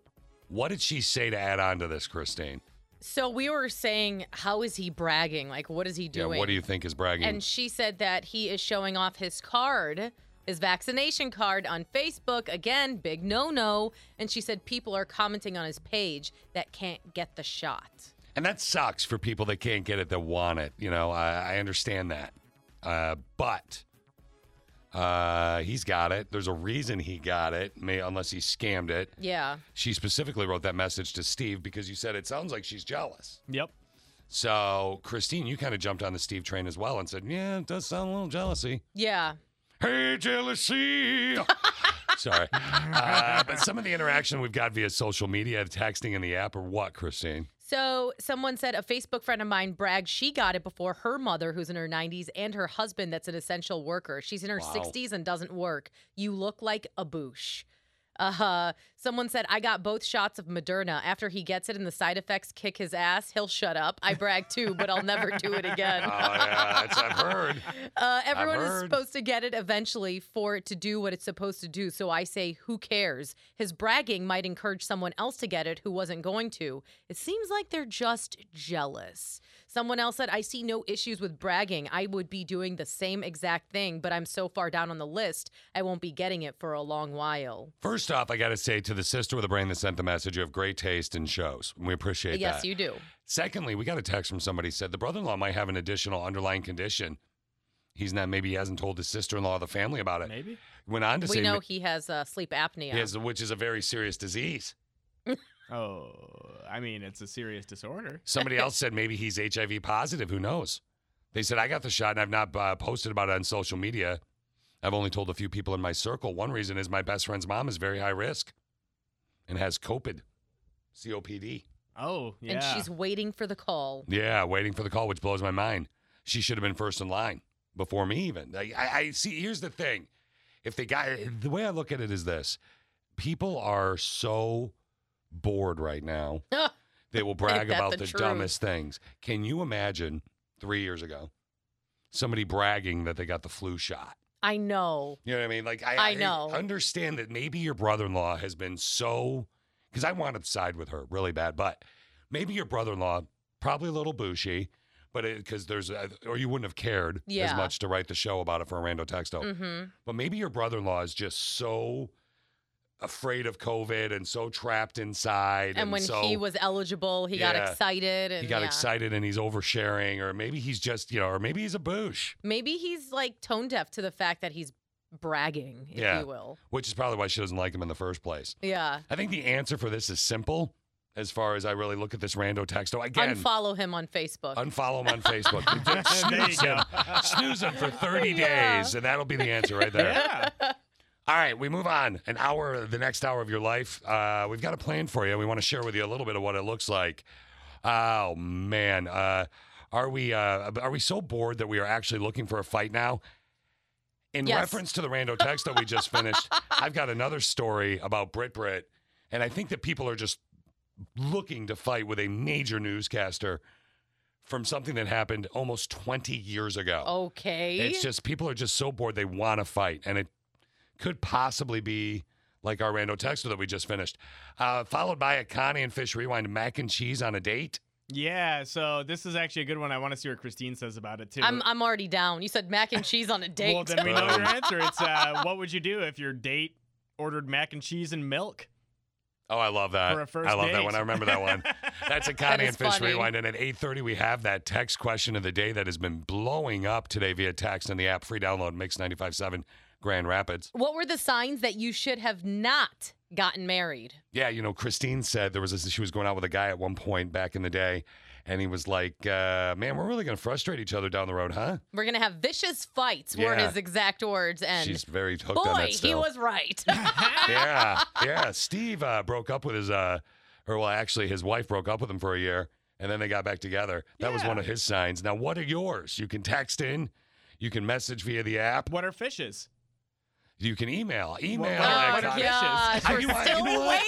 Speaker 7: what did she say to add on to this, Christine?
Speaker 8: So we were saying, how is he bragging? Like, what is he doing?
Speaker 7: Yeah, what do you think is bragging?
Speaker 8: And she said that he is showing off his card, his vaccination card on Facebook. Again, big no no. And she said people are commenting on his page that can't get the shot.
Speaker 7: and that sucks for people that can't get it that want it. You know, I, I understand that, uh, but uh, he's got it. There's a reason he got it, may, unless he scammed it.
Speaker 8: Yeah.
Speaker 7: She specifically wrote that message to Steve because you said it sounds like she's jealous.
Speaker 1: Yep.
Speaker 7: So, Christine, you kind of jumped on the Steve train as well and said, Yeah, it does sound a little jealousy.
Speaker 8: Yeah.
Speaker 7: Hey, jealousy. [LAUGHS] Sorry. Uh, but some of the interaction we've got via social media, texting, and the app, or what, Christine?
Speaker 8: So someone said a Facebook friend of mine bragged she got it before her mother, who's in her 90s, and her husband, that's an essential worker. She's in her
Speaker 7: Wow.
Speaker 8: 60s and doesn't work. You look like a boosh. Uh, someone said I got both shots of Moderna. After he gets it and the side effects kick his ass, he'll shut up. I brag too, but I'll never do it again.
Speaker 7: Oh, yeah, that's I've heard.
Speaker 8: Uh,
Speaker 7: I've
Speaker 8: everyone is
Speaker 7: heard.
Speaker 8: supposed to get it eventually for it to do what it's supposed to do. So I say, who cares? His bragging might encourage someone else to get it who wasn't going to. It seems like they're just jealous. Someone else said, I see no issues with bragging. I would be doing the same exact thing, but I'm so far down on the list, I won't be getting it for a long while.
Speaker 7: [LAUGHS] First off, I got to say to the sister with the brain that sent the message, you have great taste in shows. We appreciate that.
Speaker 8: yes, you do.
Speaker 7: Secondly, we got a text from somebody said the brother-in-law might have an additional underlying condition. He's not. Maybe he hasn't told his sister-in-law or the family about it. Maybe went on to
Speaker 8: We
Speaker 7: say
Speaker 8: know he has uh, sleep apnea.
Speaker 7: he has, which is a very serious disease.
Speaker 1: Oh, I mean, it's a serious disorder.
Speaker 7: Somebody else said maybe he's HIV positive. Who knows? They said I got the shot and I've not uh, posted about it on social media. I've only told a few people in my circle. One reason is my best friend's mom is very high risk and has COVID, COPD.
Speaker 1: Oh, yeah.
Speaker 8: And she's waiting for the call. [LAUGHS]
Speaker 7: Yeah, waiting for the call, which blows my mind. She should have been first in line before me, even. I, I, I see. Here's the thing: if they got the way I look at it is this: people are so bored right now. they will brag
Speaker 8: Ain't that
Speaker 7: about
Speaker 8: the
Speaker 7: the
Speaker 8: truth?
Speaker 7: dumbest things. Can you imagine three years ago somebody bragging that they got the flu shot?
Speaker 8: I know.
Speaker 7: You know what I mean? Like I,
Speaker 8: I know.
Speaker 7: understand that maybe your brother-in-law has been so because I want to side with her really bad, but maybe your brother-in-law probably a little bushy, but because there's a, or you wouldn't have cared as
Speaker 8: Yeah.
Speaker 7: much to write the show about it for a rando texto.
Speaker 8: Mm-hmm.
Speaker 7: But maybe your brother-in-law is just so afraid of COVID and so trapped inside, and,
Speaker 8: And when
Speaker 7: so
Speaker 8: he was eligible, he
Speaker 7: Yeah.
Speaker 8: got excited. And
Speaker 7: he got
Speaker 8: yeah.
Speaker 7: excited and he's oversharing, or maybe he's just you know, or maybe he's a boosh.
Speaker 8: Maybe he's like tone deaf to the fact that he's bragging, if
Speaker 7: yeah,
Speaker 8: you will.
Speaker 7: which is probably why she doesn't like him in the first place.
Speaker 8: Yeah.
Speaker 7: I think the answer for this is simple as far as I really look at this rando texto. Again,
Speaker 8: Unfollow him on Facebook.
Speaker 7: unfollow him on
Speaker 8: [LAUGHS]
Speaker 7: Facebook.
Speaker 1: [LAUGHS]
Speaker 8: There
Speaker 7: snooze,
Speaker 8: you go.
Speaker 7: him. snooze him for 30
Speaker 8: Yeah.
Speaker 7: days, and that'll be the answer right there. All right, we move on. An hour, the next hour of your life. Uh, we've got a plan for you. We want to share with you a little bit of what it looks like. Oh man, uh, are we uh, are we so bored that we are actually looking for a fight now? In
Speaker 18: Yes.
Speaker 7: reference to the rando text that we just finished, I've got another story about Brit Brit, and I think that people are just looking to fight with a major newscaster from something that happened almost 20 years ago.
Speaker 8: okay.
Speaker 7: It's just people are just so bored they want to fight, and it could possibly be like our rando texter that we just finished, uh, followed by a Connie and Fish Rewind mac and cheese on a date.
Speaker 1: Yeah, so this is actually a good one. I want to see what Christine says about it too.
Speaker 8: I'm, I'm already down. You said mac and
Speaker 7: [LAUGHS]
Speaker 8: cheese on a date. [LAUGHS]
Speaker 1: Well, then we know your answer. It's uh, what would you do if your date ordered mac and cheese and milk?
Speaker 7: Oh, I love that.
Speaker 1: For a first
Speaker 7: I love
Speaker 1: date.
Speaker 7: that one. I remember that
Speaker 1: [LAUGHS]
Speaker 7: one. That's a Connie
Speaker 1: is
Speaker 7: and Fish
Speaker 1: funny.
Speaker 7: Rewind. And at 8.30, we have that text question of the day that has been blowing up today via text and the app. Free download, Mix 95.7, Grand Rapids.
Speaker 8: What were the signs that you should have not gotten married?
Speaker 7: Yeah, you know, Christine said there was this, she was going out with a guy at one point back in the day, and he was like, uh, "Man, we're really gonna frustrate each other down the road, huh?"
Speaker 8: We're gonna have vicious fights. Were
Speaker 7: Yeah.
Speaker 8: his exact words, and
Speaker 7: She's very hooked
Speaker 8: boy,
Speaker 7: on that
Speaker 8: he
Speaker 7: still. Oh,
Speaker 8: was right.
Speaker 7: [LAUGHS]
Speaker 8: Oh, [LAUGHS]
Speaker 7: yeah, yeah. Steve uh, broke up with his, uh, or well, actually, his wife broke up with him for a year, and then they got back together. That was one of his signs. Now, what are yours? You can text in, you can message via the app.
Speaker 1: What are fishes?
Speaker 7: You can email, email.
Speaker 1: What-
Speaker 7: at
Speaker 1: what are
Speaker 7: Con-
Speaker 1: fishes?
Speaker 8: Gosh,
Speaker 1: I-
Speaker 8: we're
Speaker 1: you know
Speaker 7: [LAUGHS]
Speaker 1: what?
Speaker 8: still
Speaker 1: You know what?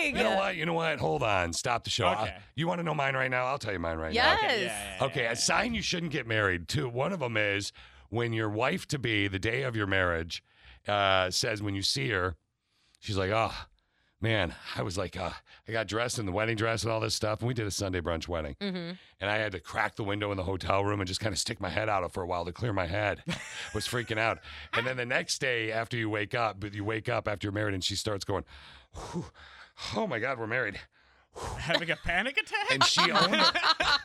Speaker 8: waiting.
Speaker 7: You know what? You know what? Hold on. Stop the show. I-
Speaker 1: Okay.
Speaker 7: you want to know mine right now? I'll tell you mine right
Speaker 8: Yes.
Speaker 7: now.
Speaker 8: Okay, yeah,
Speaker 7: Okay. A sign you shouldn't get married to. One of them is when your wife to be, the day of your marriage, uh, says when you see her, she's like, oh, man, I was like, uh, I got dressed in the wedding dress and all this stuff. And we did a Sunday brunch wedding.
Speaker 8: Mhm.
Speaker 7: And I had to crack the window in the hotel room and just kind of stick my head out for a while to clear my head. was freaking out. And then the next day after you wake up, but you wake up after you're married and she starts going, "Whew, oh my God, we're married.
Speaker 1: Having a panic attack?
Speaker 7: And she owned a,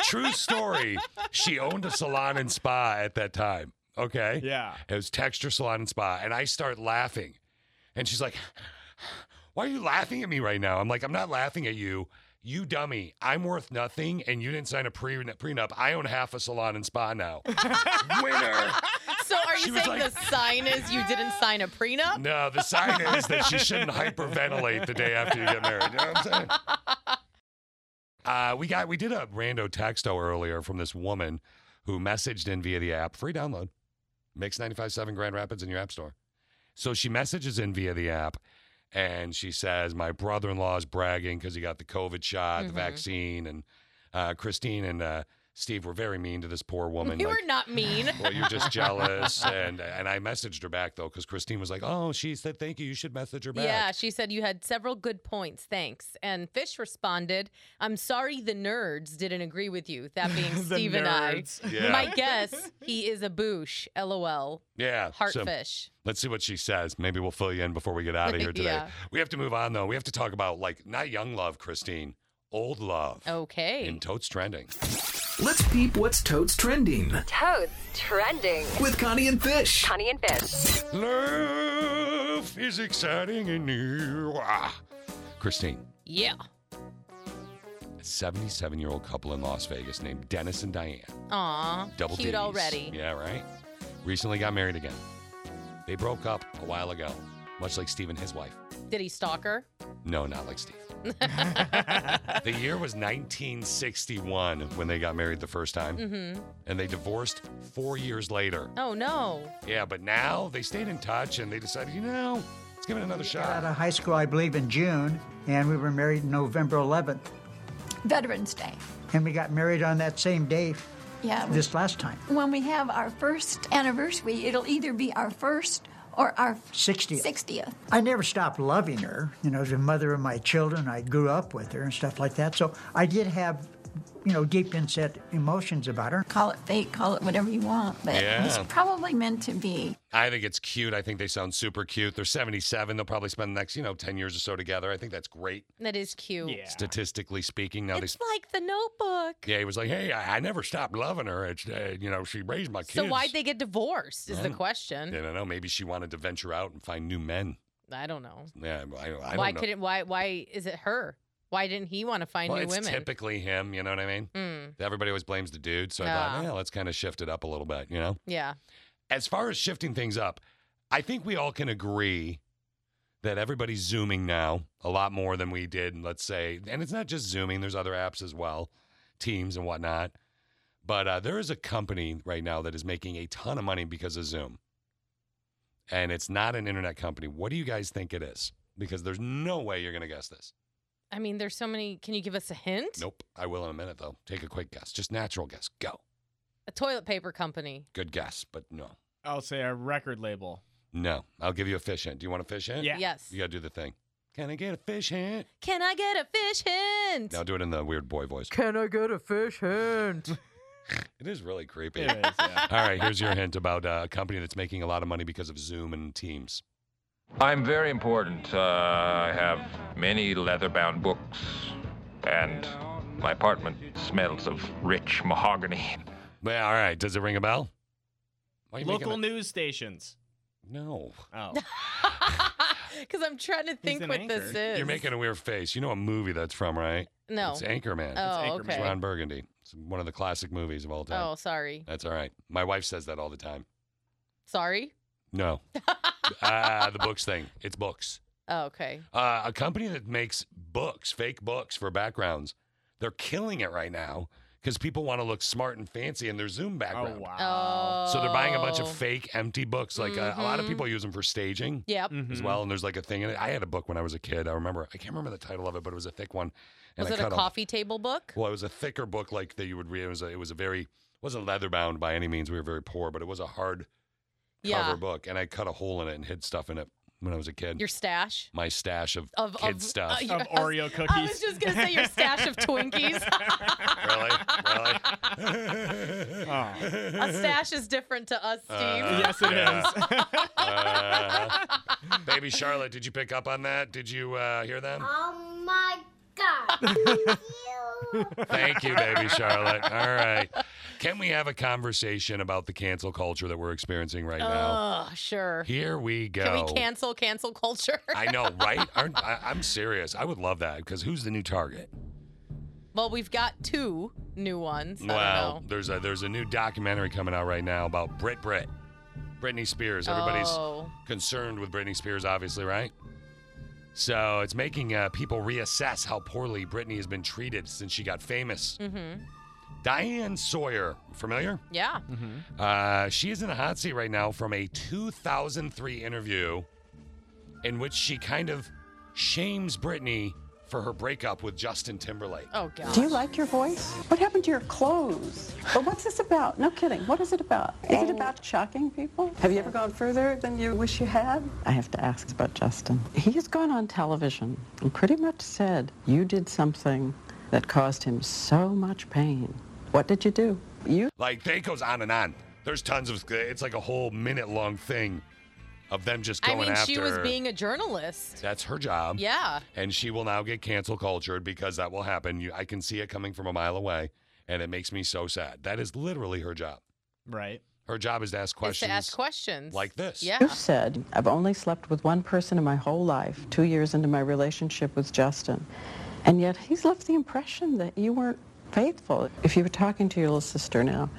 Speaker 7: true story. She owned a salon and spa at that time. Okay.
Speaker 1: Yeah.
Speaker 7: It was texture salon and spa. And I start laughing. And she's like, Why are you laughing at me right now? I'm like, I'm not laughing at you. You dummy. I'm worth nothing. And you didn't sign a pre- prenup. I own half a salon and spa now. Winner.
Speaker 8: so, are you
Speaker 7: She was
Speaker 8: saying
Speaker 7: like-
Speaker 8: the sign is you didn't sign a prenup?
Speaker 7: No, the sign is that she shouldn't hyperventilate the day after you get married. You know what I'm saying? Uh, we got we did a rando texto earlier from this woman who messaged in via the app, free download, Mix 95.7 Grand Rapids in your app store. So she messages in via the app, and she says, "My brother-in-law is bragging because he got the COVID shot, the
Speaker 8: Mhm.
Speaker 7: vaccine, and uh, Christine and uh, Steve were very mean to this poor woman.
Speaker 8: you
Speaker 7: Like,
Speaker 8: were not mean.
Speaker 7: well, you're just jealous. [LAUGHS] And and I messaged her back though because Christine was like, "Oh, she said thank you. You should message her back."
Speaker 8: Yeah, she said you had several good points. Thanks. And Fish responded, I'm sorry the nerds didn't agree with you. That being
Speaker 1: The
Speaker 8: Steve and I.
Speaker 1: nerds.
Speaker 7: Yeah.
Speaker 8: My guess, he is a boosh. LOL.
Speaker 7: Yeah. so
Speaker 8: Heartfish.
Speaker 7: let's see what she says. Maybe we'll fill you in before we get out of
Speaker 8: [LAUGHS]
Speaker 7: here today.
Speaker 8: Yeah.
Speaker 7: We have to move on though. We have to talk about like not young love, Christine, old love.
Speaker 8: Oh, okay.
Speaker 7: In totes trending.
Speaker 10: Let's peep what's totes trending.
Speaker 11: Toads trending.
Speaker 10: With Connie and Fish.
Speaker 11: Connie and Fish.
Speaker 7: Love is exciting and new. Ah. Christine,
Speaker 8: Yeah.
Speaker 7: a 77 year old couple in Las Vegas named Dennis and Diane.
Speaker 8: Aw.
Speaker 7: Double
Speaker 8: cute
Speaker 7: Ds.
Speaker 8: already.
Speaker 7: Yeah, right. Recently got married again. They broke up a while ago, much like Steve and his wife.
Speaker 8: Did he stalk her?
Speaker 7: No, not
Speaker 19: [LAUGHS]
Speaker 7: like Steve. the year was 1961 when they got married the first time,
Speaker 8: Mm-hmm.
Speaker 7: and they divorced four years later.
Speaker 8: Oh no.
Speaker 7: Yeah, but now they stayed in touch and they decided, you know, let's give it another shot.
Speaker 18: Out of high school, I believe, in June, and we were married November 11th.
Speaker 19: Veterans Day.
Speaker 18: And we got married on that same day
Speaker 19: Yeah.
Speaker 18: this last time.
Speaker 19: when we have our first anniversary, it'll either be our first or our
Speaker 18: 60th.
Speaker 19: 60th.
Speaker 18: I never stopped loving her. You know, as the mother of my children, I grew up with her and stuff like that. So I did have, you know, deep inset emotions about her.
Speaker 19: Call it fate, call it whatever you want, but it's
Speaker 7: Yeah.
Speaker 19: probably meant to be.
Speaker 7: I think it's cute. I think they sound super cute. They're 77. They'll probably spend the next, you know, 10 years or so together. I think that's great,
Speaker 8: That is cute. Yeah.
Speaker 7: statistically speaking. Now they.
Speaker 8: It's like the notebook.
Speaker 7: Yeah, he was like, "Hey, I, I never stopped loving her. It's, uh, you know, she raised my kids." Oh.
Speaker 8: So why'd they get divorced is
Speaker 7: I
Speaker 8: the
Speaker 7: don't-
Speaker 8: question.
Speaker 7: I don't know. Maybe she wanted to venture out and find new men.
Speaker 8: I don't know.
Speaker 7: Yeah, I, I
Speaker 8: why
Speaker 7: don't know.
Speaker 8: couldn't why why is it her? Why didn't he want to find
Speaker 7: well,
Speaker 8: new
Speaker 7: it's
Speaker 8: women?
Speaker 7: typically him. You know what I mean?
Speaker 8: Mm.
Speaker 7: Everybody always blames the dude. So I thought,
Speaker 8: Yeah.
Speaker 7: yeah, let's kind of shift it up a little bit. You know,
Speaker 8: Yeah.
Speaker 7: as far as shifting things up, I think we all can agree that everybody's zooming now a lot more than we did. Let's say, and it's not just zooming. There's other apps as well, Teams and whatnot. But uh, there is a company right now that is making a ton of money because of Zoom. And it's not an internet company. What do you guys think it is? Because there's no way you're going to guess this.
Speaker 8: I mean, there's so many. Can you give us a hint?
Speaker 7: Nope. I will in a minute, though. Take a quick guess. Just natural guess. Go.
Speaker 8: A toilet paper company.
Speaker 7: Good guess, but no. [LAUGHS]
Speaker 1: I'll say a record label.
Speaker 7: No, I'll give you a fish hint. Do you want a fish hint?
Speaker 8: Yeah. Yes.
Speaker 7: You got to do the thing. Can I get a fish hint?
Speaker 8: Can I get a fish hint? [LAUGHS]
Speaker 7: Now do it in the weird boy voice.
Speaker 8: Can I get a fish hint?
Speaker 7: It is really creepy.
Speaker 8: It is, yeah.
Speaker 7: [LAUGHS] All right, here's your hint about uh, a company that's making a lot of money because of Zoom and Teams.
Speaker 20: I'm very important. Uh, I have many leather bound books, and my apartment smells of rich mahogany.
Speaker 7: Well, all right, does it ring a bell? Why are you making
Speaker 1: Local
Speaker 7: a-
Speaker 1: news stations.
Speaker 7: No.
Speaker 8: [LAUGHS]
Speaker 1: Oh.
Speaker 8: Because I'm trying to think
Speaker 1: an
Speaker 8: what this
Speaker 1: anchor.
Speaker 8: is.
Speaker 7: You're making a weird face. You know a movie that's from, right?
Speaker 8: No.
Speaker 7: It's Anchorman.
Speaker 8: Oh,
Speaker 7: It's
Speaker 8: okay.
Speaker 7: Ron Burgundy. It's one of the classic movies of all time.
Speaker 8: Oh, sorry.
Speaker 7: That's all right. My wife says that all the time.
Speaker 8: Sorry. [LAUGHS]
Speaker 7: No. Ah, the books thing. It's books.
Speaker 8: Oh, okay.
Speaker 7: Uh, a company that makes books, fake books for backgrounds, they're killing it right now because people want to look smart and fancy in their Zoom background.
Speaker 8: Oh. Mm-hmm.
Speaker 7: So they're buying a bunch of fake, empty books. Like uh, a lot of people use them for staging.
Speaker 8: Yep.
Speaker 7: As
Speaker 8: Mhm.
Speaker 7: well, Mm. and there's like a thing in it. I had a book when I was a kid. I remember. I can't remember the title of it, but it was a thick one. And
Speaker 8: Was
Speaker 7: I
Speaker 8: it a
Speaker 7: cut off-
Speaker 8: coffee table book?
Speaker 7: Well, it was a thicker book, like that you would read. It was a, it was a very wasn't leather bound by any means. We were very poor, but it was a hard
Speaker 8: Yeah.
Speaker 7: cover book, and I cut a hole in it and hid stuff in it when I was a kid.
Speaker 8: Your stash
Speaker 7: my stash of,
Speaker 8: of
Speaker 7: kid
Speaker 8: of,
Speaker 7: stuff.
Speaker 8: uh, your- I was- I was just gonna say your stash
Speaker 1: [LAUGHS]
Speaker 8: of Twinkies.
Speaker 7: really? Really?
Speaker 8: a stash is different to us, Steve.
Speaker 7: Uh, Yes, it yeah. Uh, baby Charlotte, did you pick up on that? Did you uh, hear them?
Speaker 5: Oh my
Speaker 18: [LAUGHS]
Speaker 5: god.
Speaker 7: Thank you, baby Charlotte. All right. Can we have a conversation about the cancel culture that we're experiencing right now?
Speaker 8: Oh, sure.
Speaker 7: Here we go.
Speaker 8: Can we cancel cancel culture?
Speaker 7: I know, right? Aren't, I, I'm serious. I would love that because who's the new target?
Speaker 8: [LAUGHS] well, we've got two new ones. I
Speaker 7: Wow,
Speaker 8: don't know.
Speaker 7: there's a there's a new documentary coming out right now about Brit Brit, Britney Spears. Everybody's
Speaker 8: Oh.
Speaker 7: concerned with Britney Spears, obviously, right? So it's making uh, people reassess how poorly Britney has been treated since she got famous.
Speaker 8: Mm-hmm.
Speaker 7: Diane Sawyer, familiar?
Speaker 8: Yeah.
Speaker 7: Uh, she is in the hot seat right now from a 2003 interview in which she kind of shames Britney for her breakup with Justin Timberlake.
Speaker 8: Oh God.
Speaker 21: Do you like your voice? What happened to your clothes? But what's this about? No kidding. What is it about? Is it about shocking people? Oh. Have you ever gone further than you wish you had?
Speaker 22: I have to ask about Justin.
Speaker 21: He has gone on television and pretty much said, you did something that caused him so much pain. What did you do? You?
Speaker 7: Like, they goes on and on. There's tons of, it's like a whole minute long thing of them just
Speaker 8: I
Speaker 7: going
Speaker 8: mean,
Speaker 7: after
Speaker 8: she was
Speaker 7: her.
Speaker 8: being a journalist.
Speaker 7: That's her job.
Speaker 8: Yeah.
Speaker 7: And she will now get cancel cultured because that will happen. You, I can see it coming from a mile away, and it makes me so sad. That is literally her job.
Speaker 1: [LAUGHS] Right.
Speaker 7: Her job is to ask
Speaker 8: Is
Speaker 7: questions.
Speaker 8: to ask questions
Speaker 7: like this.
Speaker 8: Yeah.
Speaker 21: You said, I've only slept with one person in my whole life, two years into my relationship with Justin. And yet he's left the impression that you weren't faithful. If you were talking to your little sister now,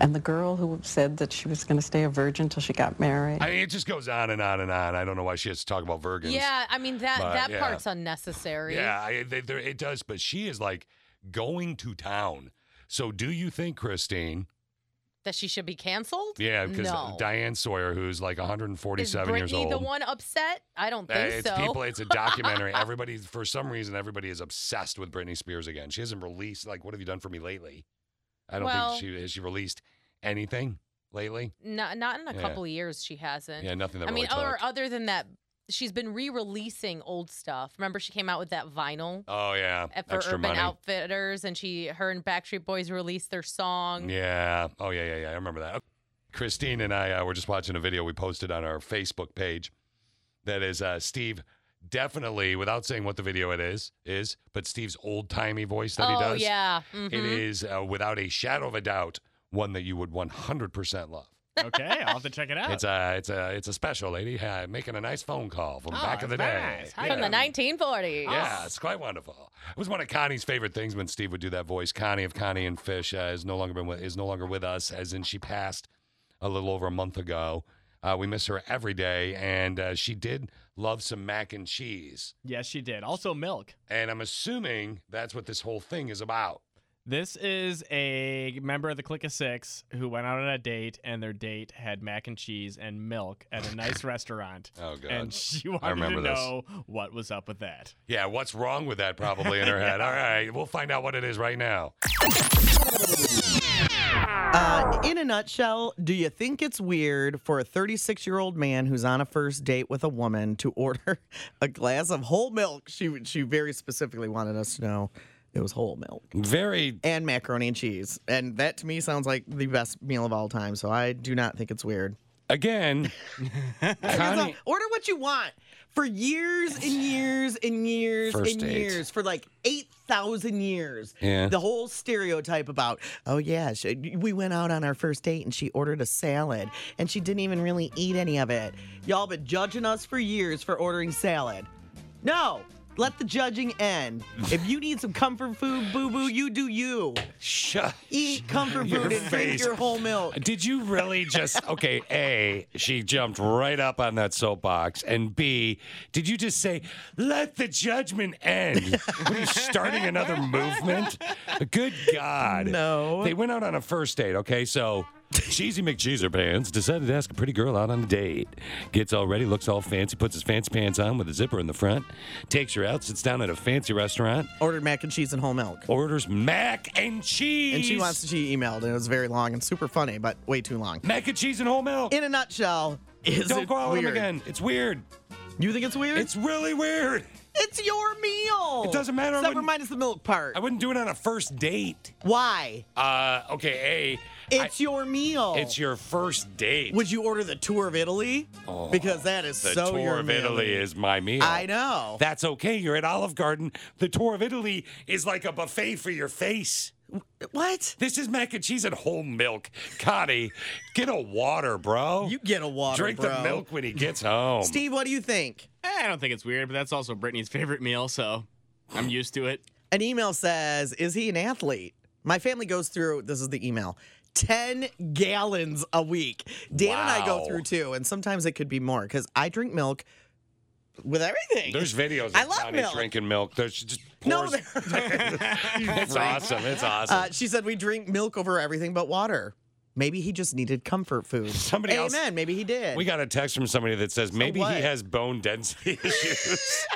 Speaker 21: and the girl who said that she was going to stay a virgin till she got married.
Speaker 7: I mean, it just goes on and on and on. I don't know why she has to talk about virgins.
Speaker 8: Yeah. I mean that
Speaker 7: But,
Speaker 8: that
Speaker 7: yeah.
Speaker 8: part's unnecessary.
Speaker 7: Yeah, I, they, there- it does. But she is like going to town. So, do you think, Christine?
Speaker 8: That she should be canceled?
Speaker 7: Yeah, because
Speaker 8: no.
Speaker 7: Diane Sawyer, who's like 147
Speaker 8: is
Speaker 7: years
Speaker 8: Brittany
Speaker 7: old.
Speaker 8: the one upset? I don't
Speaker 7: Uh,
Speaker 8: think
Speaker 7: it's
Speaker 8: so.
Speaker 7: people. It's a
Speaker 8: [LAUGHS]
Speaker 7: documentary. everybody, for some reason, everybody is obsessed with Britney Spears again. She hasn't released like, what have you done for me lately? I don't
Speaker 8: Well-
Speaker 7: think she has she released anything lately.
Speaker 8: No, not in a
Speaker 7: Yeah.
Speaker 8: couple of years she hasn't.
Speaker 7: Yeah, nothing that
Speaker 8: I mean,
Speaker 7: really
Speaker 8: other
Speaker 7: clicked.
Speaker 8: other than that, she's been re-releasing old stuff. Remember, she came out with that vinyl
Speaker 7: Oh yeah,
Speaker 8: at- Eh, for
Speaker 7: extra
Speaker 8: Urban
Speaker 7: money.
Speaker 8: Outfitters, and she, her and Backstreet Boys released their song.
Speaker 7: Yeah. Oh, yeah, yeah, yeah. I remember that. Christine and I uh, were just watching a video we posted on our Facebook page. That is uh, Steve definitely, without saying what the video it is, is, but Steve's old timey voice that
Speaker 8: oh
Speaker 7: he does.
Speaker 8: yeah,
Speaker 7: It
Speaker 8: mhm.
Speaker 7: is uh, without a shadow of a doubt one that you would 100% love.
Speaker 1: Okay, I'll have to check it out.
Speaker 7: It's a it's a it's a special lady uh, making a nice phone call from back in the day.
Speaker 8: from the 1940s.
Speaker 7: Yeah, it's quite wonderful. It was one of Connie's favorite things when Steve would do that voice. Connie of Connie and Fish uh, is no longer been with, is no longer with us, as in she passed a little over a month ago. Uh, we miss her every day, and uh, she did love some mac and cheese.
Speaker 1: Yes, she did. Also, milk.
Speaker 7: And I'm assuming that's what this whole thing is about.
Speaker 1: This is a member of the Click of Six who went out on a date, and their date had mac and cheese and milk
Speaker 7: [LAUGHS]
Speaker 1: at a nice restaurant.
Speaker 7: Oh God!
Speaker 1: And she
Speaker 7: I
Speaker 1: wanted to
Speaker 7: remember this.
Speaker 1: know what was up with that.
Speaker 7: Yeah, what's wrong with that? Probably in her head. All right, we'll find out what it is right now.
Speaker 16: Uh, in a nutshell, do you think it's weird for a 36 year old man who's on a first date with a woman to order a glass of whole milk? She she very specifically wanted us to know it was whole milk.
Speaker 7: Very.
Speaker 16: And macaroni and cheese. And that to me sounds like the best meal of all time. So I do not think it's weird. [LAUGHS]
Speaker 7: Again, Connie,
Speaker 16: Order what you want. For years and years and years
Speaker 7: First
Speaker 16: and
Speaker 7: date.
Speaker 16: years, for like 8,000 years,
Speaker 7: Yeah.
Speaker 16: the whole stereotype about, oh, yeah, she, we went out on our first date and she ordered a salad and she didn't even really eat any of it. Y'all been judging us for years for ordering salad. No, let the judging end. if you need some comfort food, boo boo, you do you.
Speaker 7: Shut [LAUGHS]
Speaker 16: Eat comfort
Speaker 7: your
Speaker 16: food and drink
Speaker 7: face.
Speaker 16: your whole milk.
Speaker 7: Did you really
Speaker 16: [LAUGHS]
Speaker 7: just okay? A, she jumped right up on that soapbox, and B, did you just say, "Let the judgment end"? What Are you starting another movement? Good God! No. They went out on a first date. Okay, so. Cheesy McCheeser pants decided to ask a pretty girl out on a date. Gets all ready, looks all fancy, puts his fancy pants on with a zipper in the front, takes her out, sits down at a fancy restaurant,
Speaker 16: Ordered mac and cheese and whole milk.
Speaker 7: orders mac and cheese.
Speaker 16: And she wants she emailed and it was very long and super funny, but way too long.
Speaker 7: mac and cheese and whole milk.
Speaker 16: In a [LAUGHS] nutshell, is
Speaker 7: Don't
Speaker 16: it
Speaker 7: go out with
Speaker 16: weird?
Speaker 7: him again. It's weird.
Speaker 16: You think it's weird?
Speaker 7: It's really weird.
Speaker 16: It's your meal.
Speaker 7: It doesn't matter. I
Speaker 16: Except for
Speaker 7: wouldn't-
Speaker 16: minus the milk part.
Speaker 7: I wouldn't do it on a first date.
Speaker 16: Why?
Speaker 7: Uh, okay, A.
Speaker 16: It's your meal.
Speaker 7: It's your first date.
Speaker 16: Would you order the tour of Italy?
Speaker 7: Oh,
Speaker 16: because that is
Speaker 7: the
Speaker 16: so
Speaker 7: tour
Speaker 16: your
Speaker 7: of
Speaker 16: meal.
Speaker 7: Italy is my meal.
Speaker 16: I know.
Speaker 7: That's okay. You're at Olive Garden. The tour of Italy is like a buffet for your face.
Speaker 16: what?
Speaker 7: This is mac and cheese and whole milk. Connie, get a water, bro.
Speaker 16: You get a water.
Speaker 7: Drink
Speaker 16: bro.
Speaker 7: the milk when he gets home.
Speaker 16: Steve, what do you think?
Speaker 1: Eh, I don't think it's weird, but that's also Brittany's favorite meal, so I'm used to it.
Speaker 16: An email says, Is he an athlete? My family goes through, this is the email, 10 gallons a week. Dan and I go
Speaker 7: Wow.
Speaker 16: through too, and sometimes it could be more because I drink milk with everything.
Speaker 7: There's videos of
Speaker 16: I love
Speaker 7: Connie
Speaker 16: milk.
Speaker 7: drinking milk. There's she just
Speaker 16: No,
Speaker 7: pours. [LAUGHS]
Speaker 16: [LAUGHS]
Speaker 7: it's awesome. It's awesome.
Speaker 16: Uh, she said, We drink milk over everything but water. Maybe he just needed comfort
Speaker 7: [LAUGHS]
Speaker 16: food.
Speaker 7: Somebody
Speaker 16: Amen.
Speaker 7: else-
Speaker 16: Maybe he did.
Speaker 7: We got a text from somebody that says maybe
Speaker 16: what?
Speaker 7: he has bone density [LAUGHS] issues.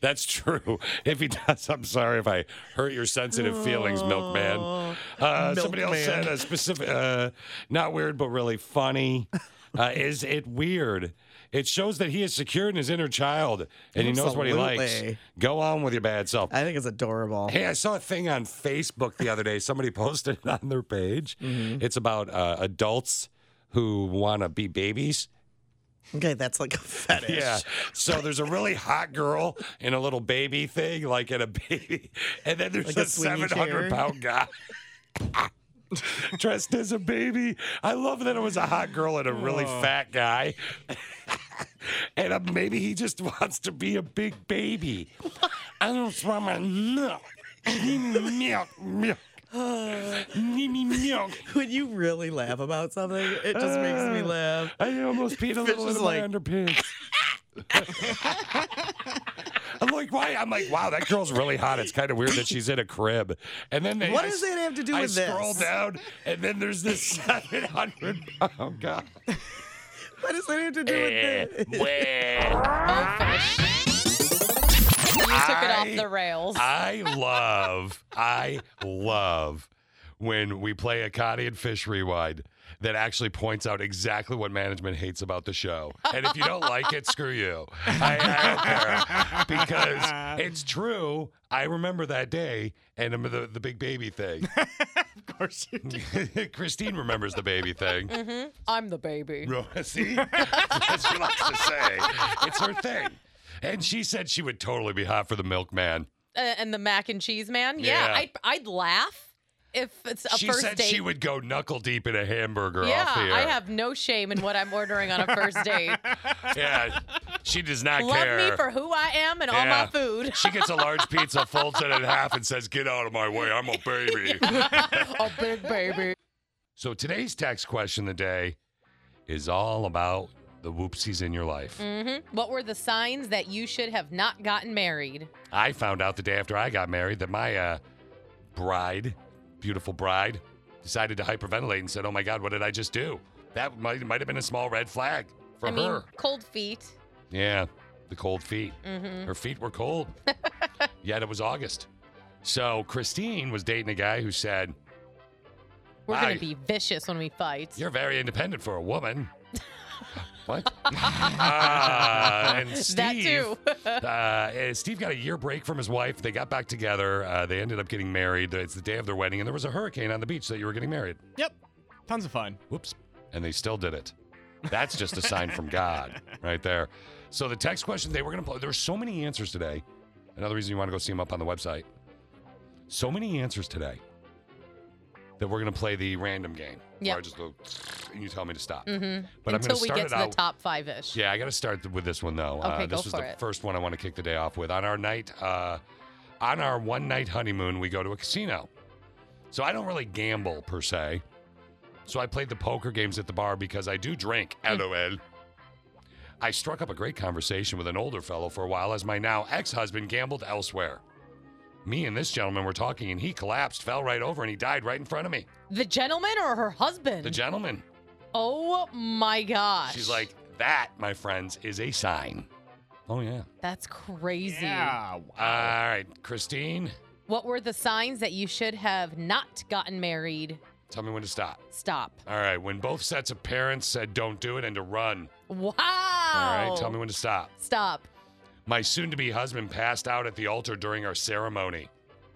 Speaker 7: That's true. If he does, I'm sorry if I hurt your sensitive feelings, milkman. Uh, somebody else
Speaker 16: Milkman.
Speaker 7: said a specific, uh, not weird, but really funny.
Speaker 16: [LAUGHS]
Speaker 7: Uh, is it weird? It shows that he is secure in his inner child and he knows what he likes.
Speaker 16: Absolutely.
Speaker 7: Go on with your bad self.
Speaker 16: I think it's adorable.
Speaker 7: Hey, I saw a thing on Facebook the other day. Somebody [LAUGHS] posted it on their page.
Speaker 16: Mm-hmm.
Speaker 7: It's about uh, adults who want to be babies.
Speaker 16: Okay, that's like a fetish.
Speaker 7: Yeah. So there's a really hot girl and a little baby thing, like in a baby. And then there's
Speaker 16: Like
Speaker 7: a,
Speaker 16: a swingy
Speaker 7: 700
Speaker 16: chair.
Speaker 7: pound guy. [LAUGHS] Dressed as a baby. I love that it was a hot girl and a really
Speaker 16: Oh.
Speaker 7: fat guy. and uh, maybe he just [LAUGHS] wants to be a big baby. I don't want my milk. Give me milk,
Speaker 16: [SIGHS]
Speaker 7: milk. Give me milk. Ah.
Speaker 16: When you really laugh about something, it just makes
Speaker 1: [LAUGHS]
Speaker 16: me laugh.
Speaker 7: I almost peed a
Speaker 16: Fish
Speaker 7: little
Speaker 16: is
Speaker 7: into
Speaker 16: like-
Speaker 7: my
Speaker 16: [LAUGHS]
Speaker 7: underpants. I'm like, why? I'm like, wow, that girl's really hot. It's kind of weird that she's in a crib. And then they,
Speaker 16: What
Speaker 7: I
Speaker 16: does
Speaker 7: s-
Speaker 16: that have to do
Speaker 7: I
Speaker 16: with this?
Speaker 7: scroll down, and then there's this [LAUGHS] 700 pound guy.
Speaker 16: What does that Oh, have to do
Speaker 7: Eh,
Speaker 16: with this?
Speaker 7: bleh.
Speaker 8: You took it
Speaker 7: I-
Speaker 8: off the rails.
Speaker 7: I love, I love when we play a Connie and Fish rewind that actually points out exactly what management hates about the show. And if you don't like it, screw you. I, I don't care because it's true. I remember that day and um, the, the big baby [LAUGHS] thing.
Speaker 1: Of course you do.
Speaker 7: [LAUGHS] Christine remembers the baby thing.
Speaker 8: I'm the baby.
Speaker 7: Ro- See, that's what she likes to say. It's her thing. And she said she would totally be hot for the milkman.
Speaker 8: Uh, and the mac and cheese man. Yeah,
Speaker 7: Yeah.
Speaker 8: I'd, I'd laugh if it's a
Speaker 7: she
Speaker 8: first
Speaker 7: said
Speaker 8: date.
Speaker 7: she would go knuckle deep in a hamburger
Speaker 8: yeah,
Speaker 7: off here.
Speaker 8: I have no shame in what I'm ordering on a
Speaker 7: [LAUGHS]
Speaker 8: first date. [LAUGHS]
Speaker 7: Yeah, she does not
Speaker 8: Love
Speaker 7: care.
Speaker 8: me for who I am and all
Speaker 7: Yeah.
Speaker 8: my food.
Speaker 7: she gets a large pizza, folds it in half, and says, "Get out of my way! I'm a
Speaker 8: [LAUGHS]
Speaker 7: baby."
Speaker 8: a big baby.
Speaker 7: so today's text question of the day is all about the whoopsies in your life.
Speaker 8: Mm-hmm. What were the signs that you should have not gotten married?
Speaker 7: I found out the day after I got married that my uh, bride, beautiful bride, decided to hyperventilate and said, "Oh my God, what did I just do?" That might might have been a small red flag for
Speaker 8: I mean,
Speaker 7: her.
Speaker 8: cold feet.
Speaker 7: Yeah, the cold feet.
Speaker 8: Mm-hmm.
Speaker 7: Her feet were cold.
Speaker 8: [LAUGHS]
Speaker 7: Yet it was August. So Christine was dating a guy who said,
Speaker 8: We're
Speaker 7: Wow,
Speaker 8: gonna be vicious when we fight.
Speaker 7: You're very independent for a
Speaker 8: [LAUGHS]
Speaker 7: woman. what? Ah, and Steve,
Speaker 8: That too. [LAUGHS]
Speaker 7: uh, eh, Steve got a year break from his wife. They got back together. Uh, they ended up getting married. It's the day of their wedding, and there was a hurricane on the beach that you were getting married.
Speaker 1: Yep. Tons of fun.
Speaker 7: Whoops. And they still did it. That's just a sign from God right there. So the text question they were going to play, there were so many answers today. Another reason you want to go see them up on the website. So many answers today that we're going to play the random game.
Speaker 8: Yep.
Speaker 7: Where I just go, and you tell me to stop.
Speaker 8: Mm-hmm.
Speaker 7: But I'm gonna
Speaker 8: Until we
Speaker 7: start
Speaker 8: get
Speaker 7: it
Speaker 8: to
Speaker 7: out-
Speaker 8: the top five ish.
Speaker 7: Yeah, I got to start th- with this one though. uh,
Speaker 8: Okay,
Speaker 7: this
Speaker 8: go
Speaker 7: was
Speaker 8: for
Speaker 7: the
Speaker 8: it.
Speaker 7: first one I want to kick the day off with. On our night, uh, on our one night honeymoon, we go to a casino. So I don't really gamble per se. So I played the poker games at the bar because I do drink.
Speaker 8: Hmm.
Speaker 7: LOL. I struck up a great conversation with an older fellow for a while as my now ex husband gambled elsewhere. Me and this gentleman were talking, and he collapsed, fell right over, and he died right in front of me.
Speaker 8: The gentleman or her husband?
Speaker 7: The gentleman.
Speaker 8: oh my gosh.
Speaker 7: She's like, That, my friends, is a sign. Oh, yeah.
Speaker 8: That's crazy.
Speaker 7: All right, Christine,
Speaker 8: What were the signs that you should have not gotten married?
Speaker 7: tell me when to stop.
Speaker 8: Stop.
Speaker 7: All right, when both sets of parents said don't do it and to run.
Speaker 8: Wow.
Speaker 7: All right, tell me when to stop.
Speaker 8: Stop.
Speaker 7: My soon to be husband passed out at the altar during our ceremony.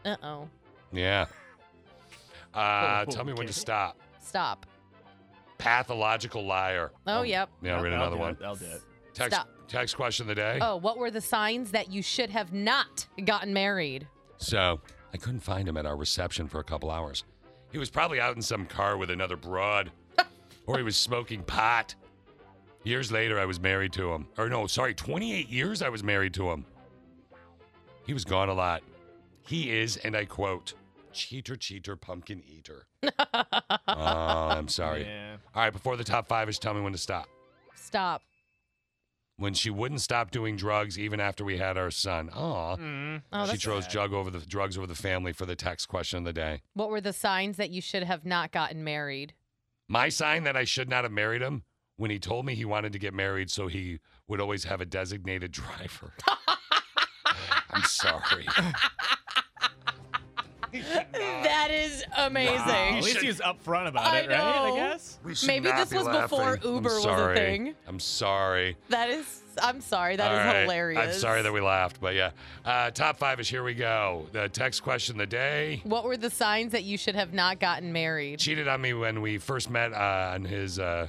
Speaker 8: Uh oh.
Speaker 7: Yeah. Uh, tell me when to stop.
Speaker 8: Stop.
Speaker 7: Pathological liar. Um,
Speaker 8: Oh, yep.
Speaker 7: Yeah, I'll read
Speaker 1: I'll
Speaker 7: another
Speaker 1: do
Speaker 7: one.
Speaker 1: it. I'll do it.
Speaker 7: Text,
Speaker 8: Stop.
Speaker 7: text question of the day.
Speaker 8: Oh, what were the signs that you should have not gotten married? [LAUGHS]
Speaker 7: So I couldn't find him at our reception for a couple hours. He was probably out in some car with another
Speaker 8: [LAUGHS]
Speaker 7: broad, or he was smoking pot. Years later, I was married to him. Or no, sorry, 28 years I was married to him. He was gone a lot. He is, and I quote, cheater, cheater, pumpkin
Speaker 8: [LAUGHS]
Speaker 7: eater. oh, I'm sorry.
Speaker 1: Yeah.
Speaker 7: All right, before the top five is tell me when to stop.
Speaker 8: Stop.
Speaker 7: When she wouldn't stop doing drugs even after we had our son. Aw.
Speaker 8: Oh,
Speaker 7: she
Speaker 8: that's
Speaker 7: chose
Speaker 8: sad.
Speaker 7: drug over the drugs over the family for the text question of the day.
Speaker 8: What were the signs that you should have not gotten married?
Speaker 7: My sign that I should not have married him when he told me he wanted to get married so he would always have a designated [LAUGHS] driver. I'm sorry.
Speaker 8: that is amazing.
Speaker 1: Wow, At least he's upfront about
Speaker 8: I
Speaker 1: it, right?
Speaker 8: know.
Speaker 1: I guess.
Speaker 7: We should
Speaker 8: Maybe
Speaker 7: not
Speaker 8: this
Speaker 7: be
Speaker 8: was before
Speaker 7: laughing. I'm
Speaker 8: Uber was a
Speaker 7: sorry.
Speaker 8: thing.
Speaker 7: I'm sorry.
Speaker 8: That is, I'm sorry. That is
Speaker 7: All right.
Speaker 8: hilarious.
Speaker 7: I'm sorry that we laughed, but yeah. Uh, top five is here we go. The text question of the day.
Speaker 8: What were the signs that you should have not gotten married?
Speaker 7: Cheated on me when we first met uh, on his. Uh,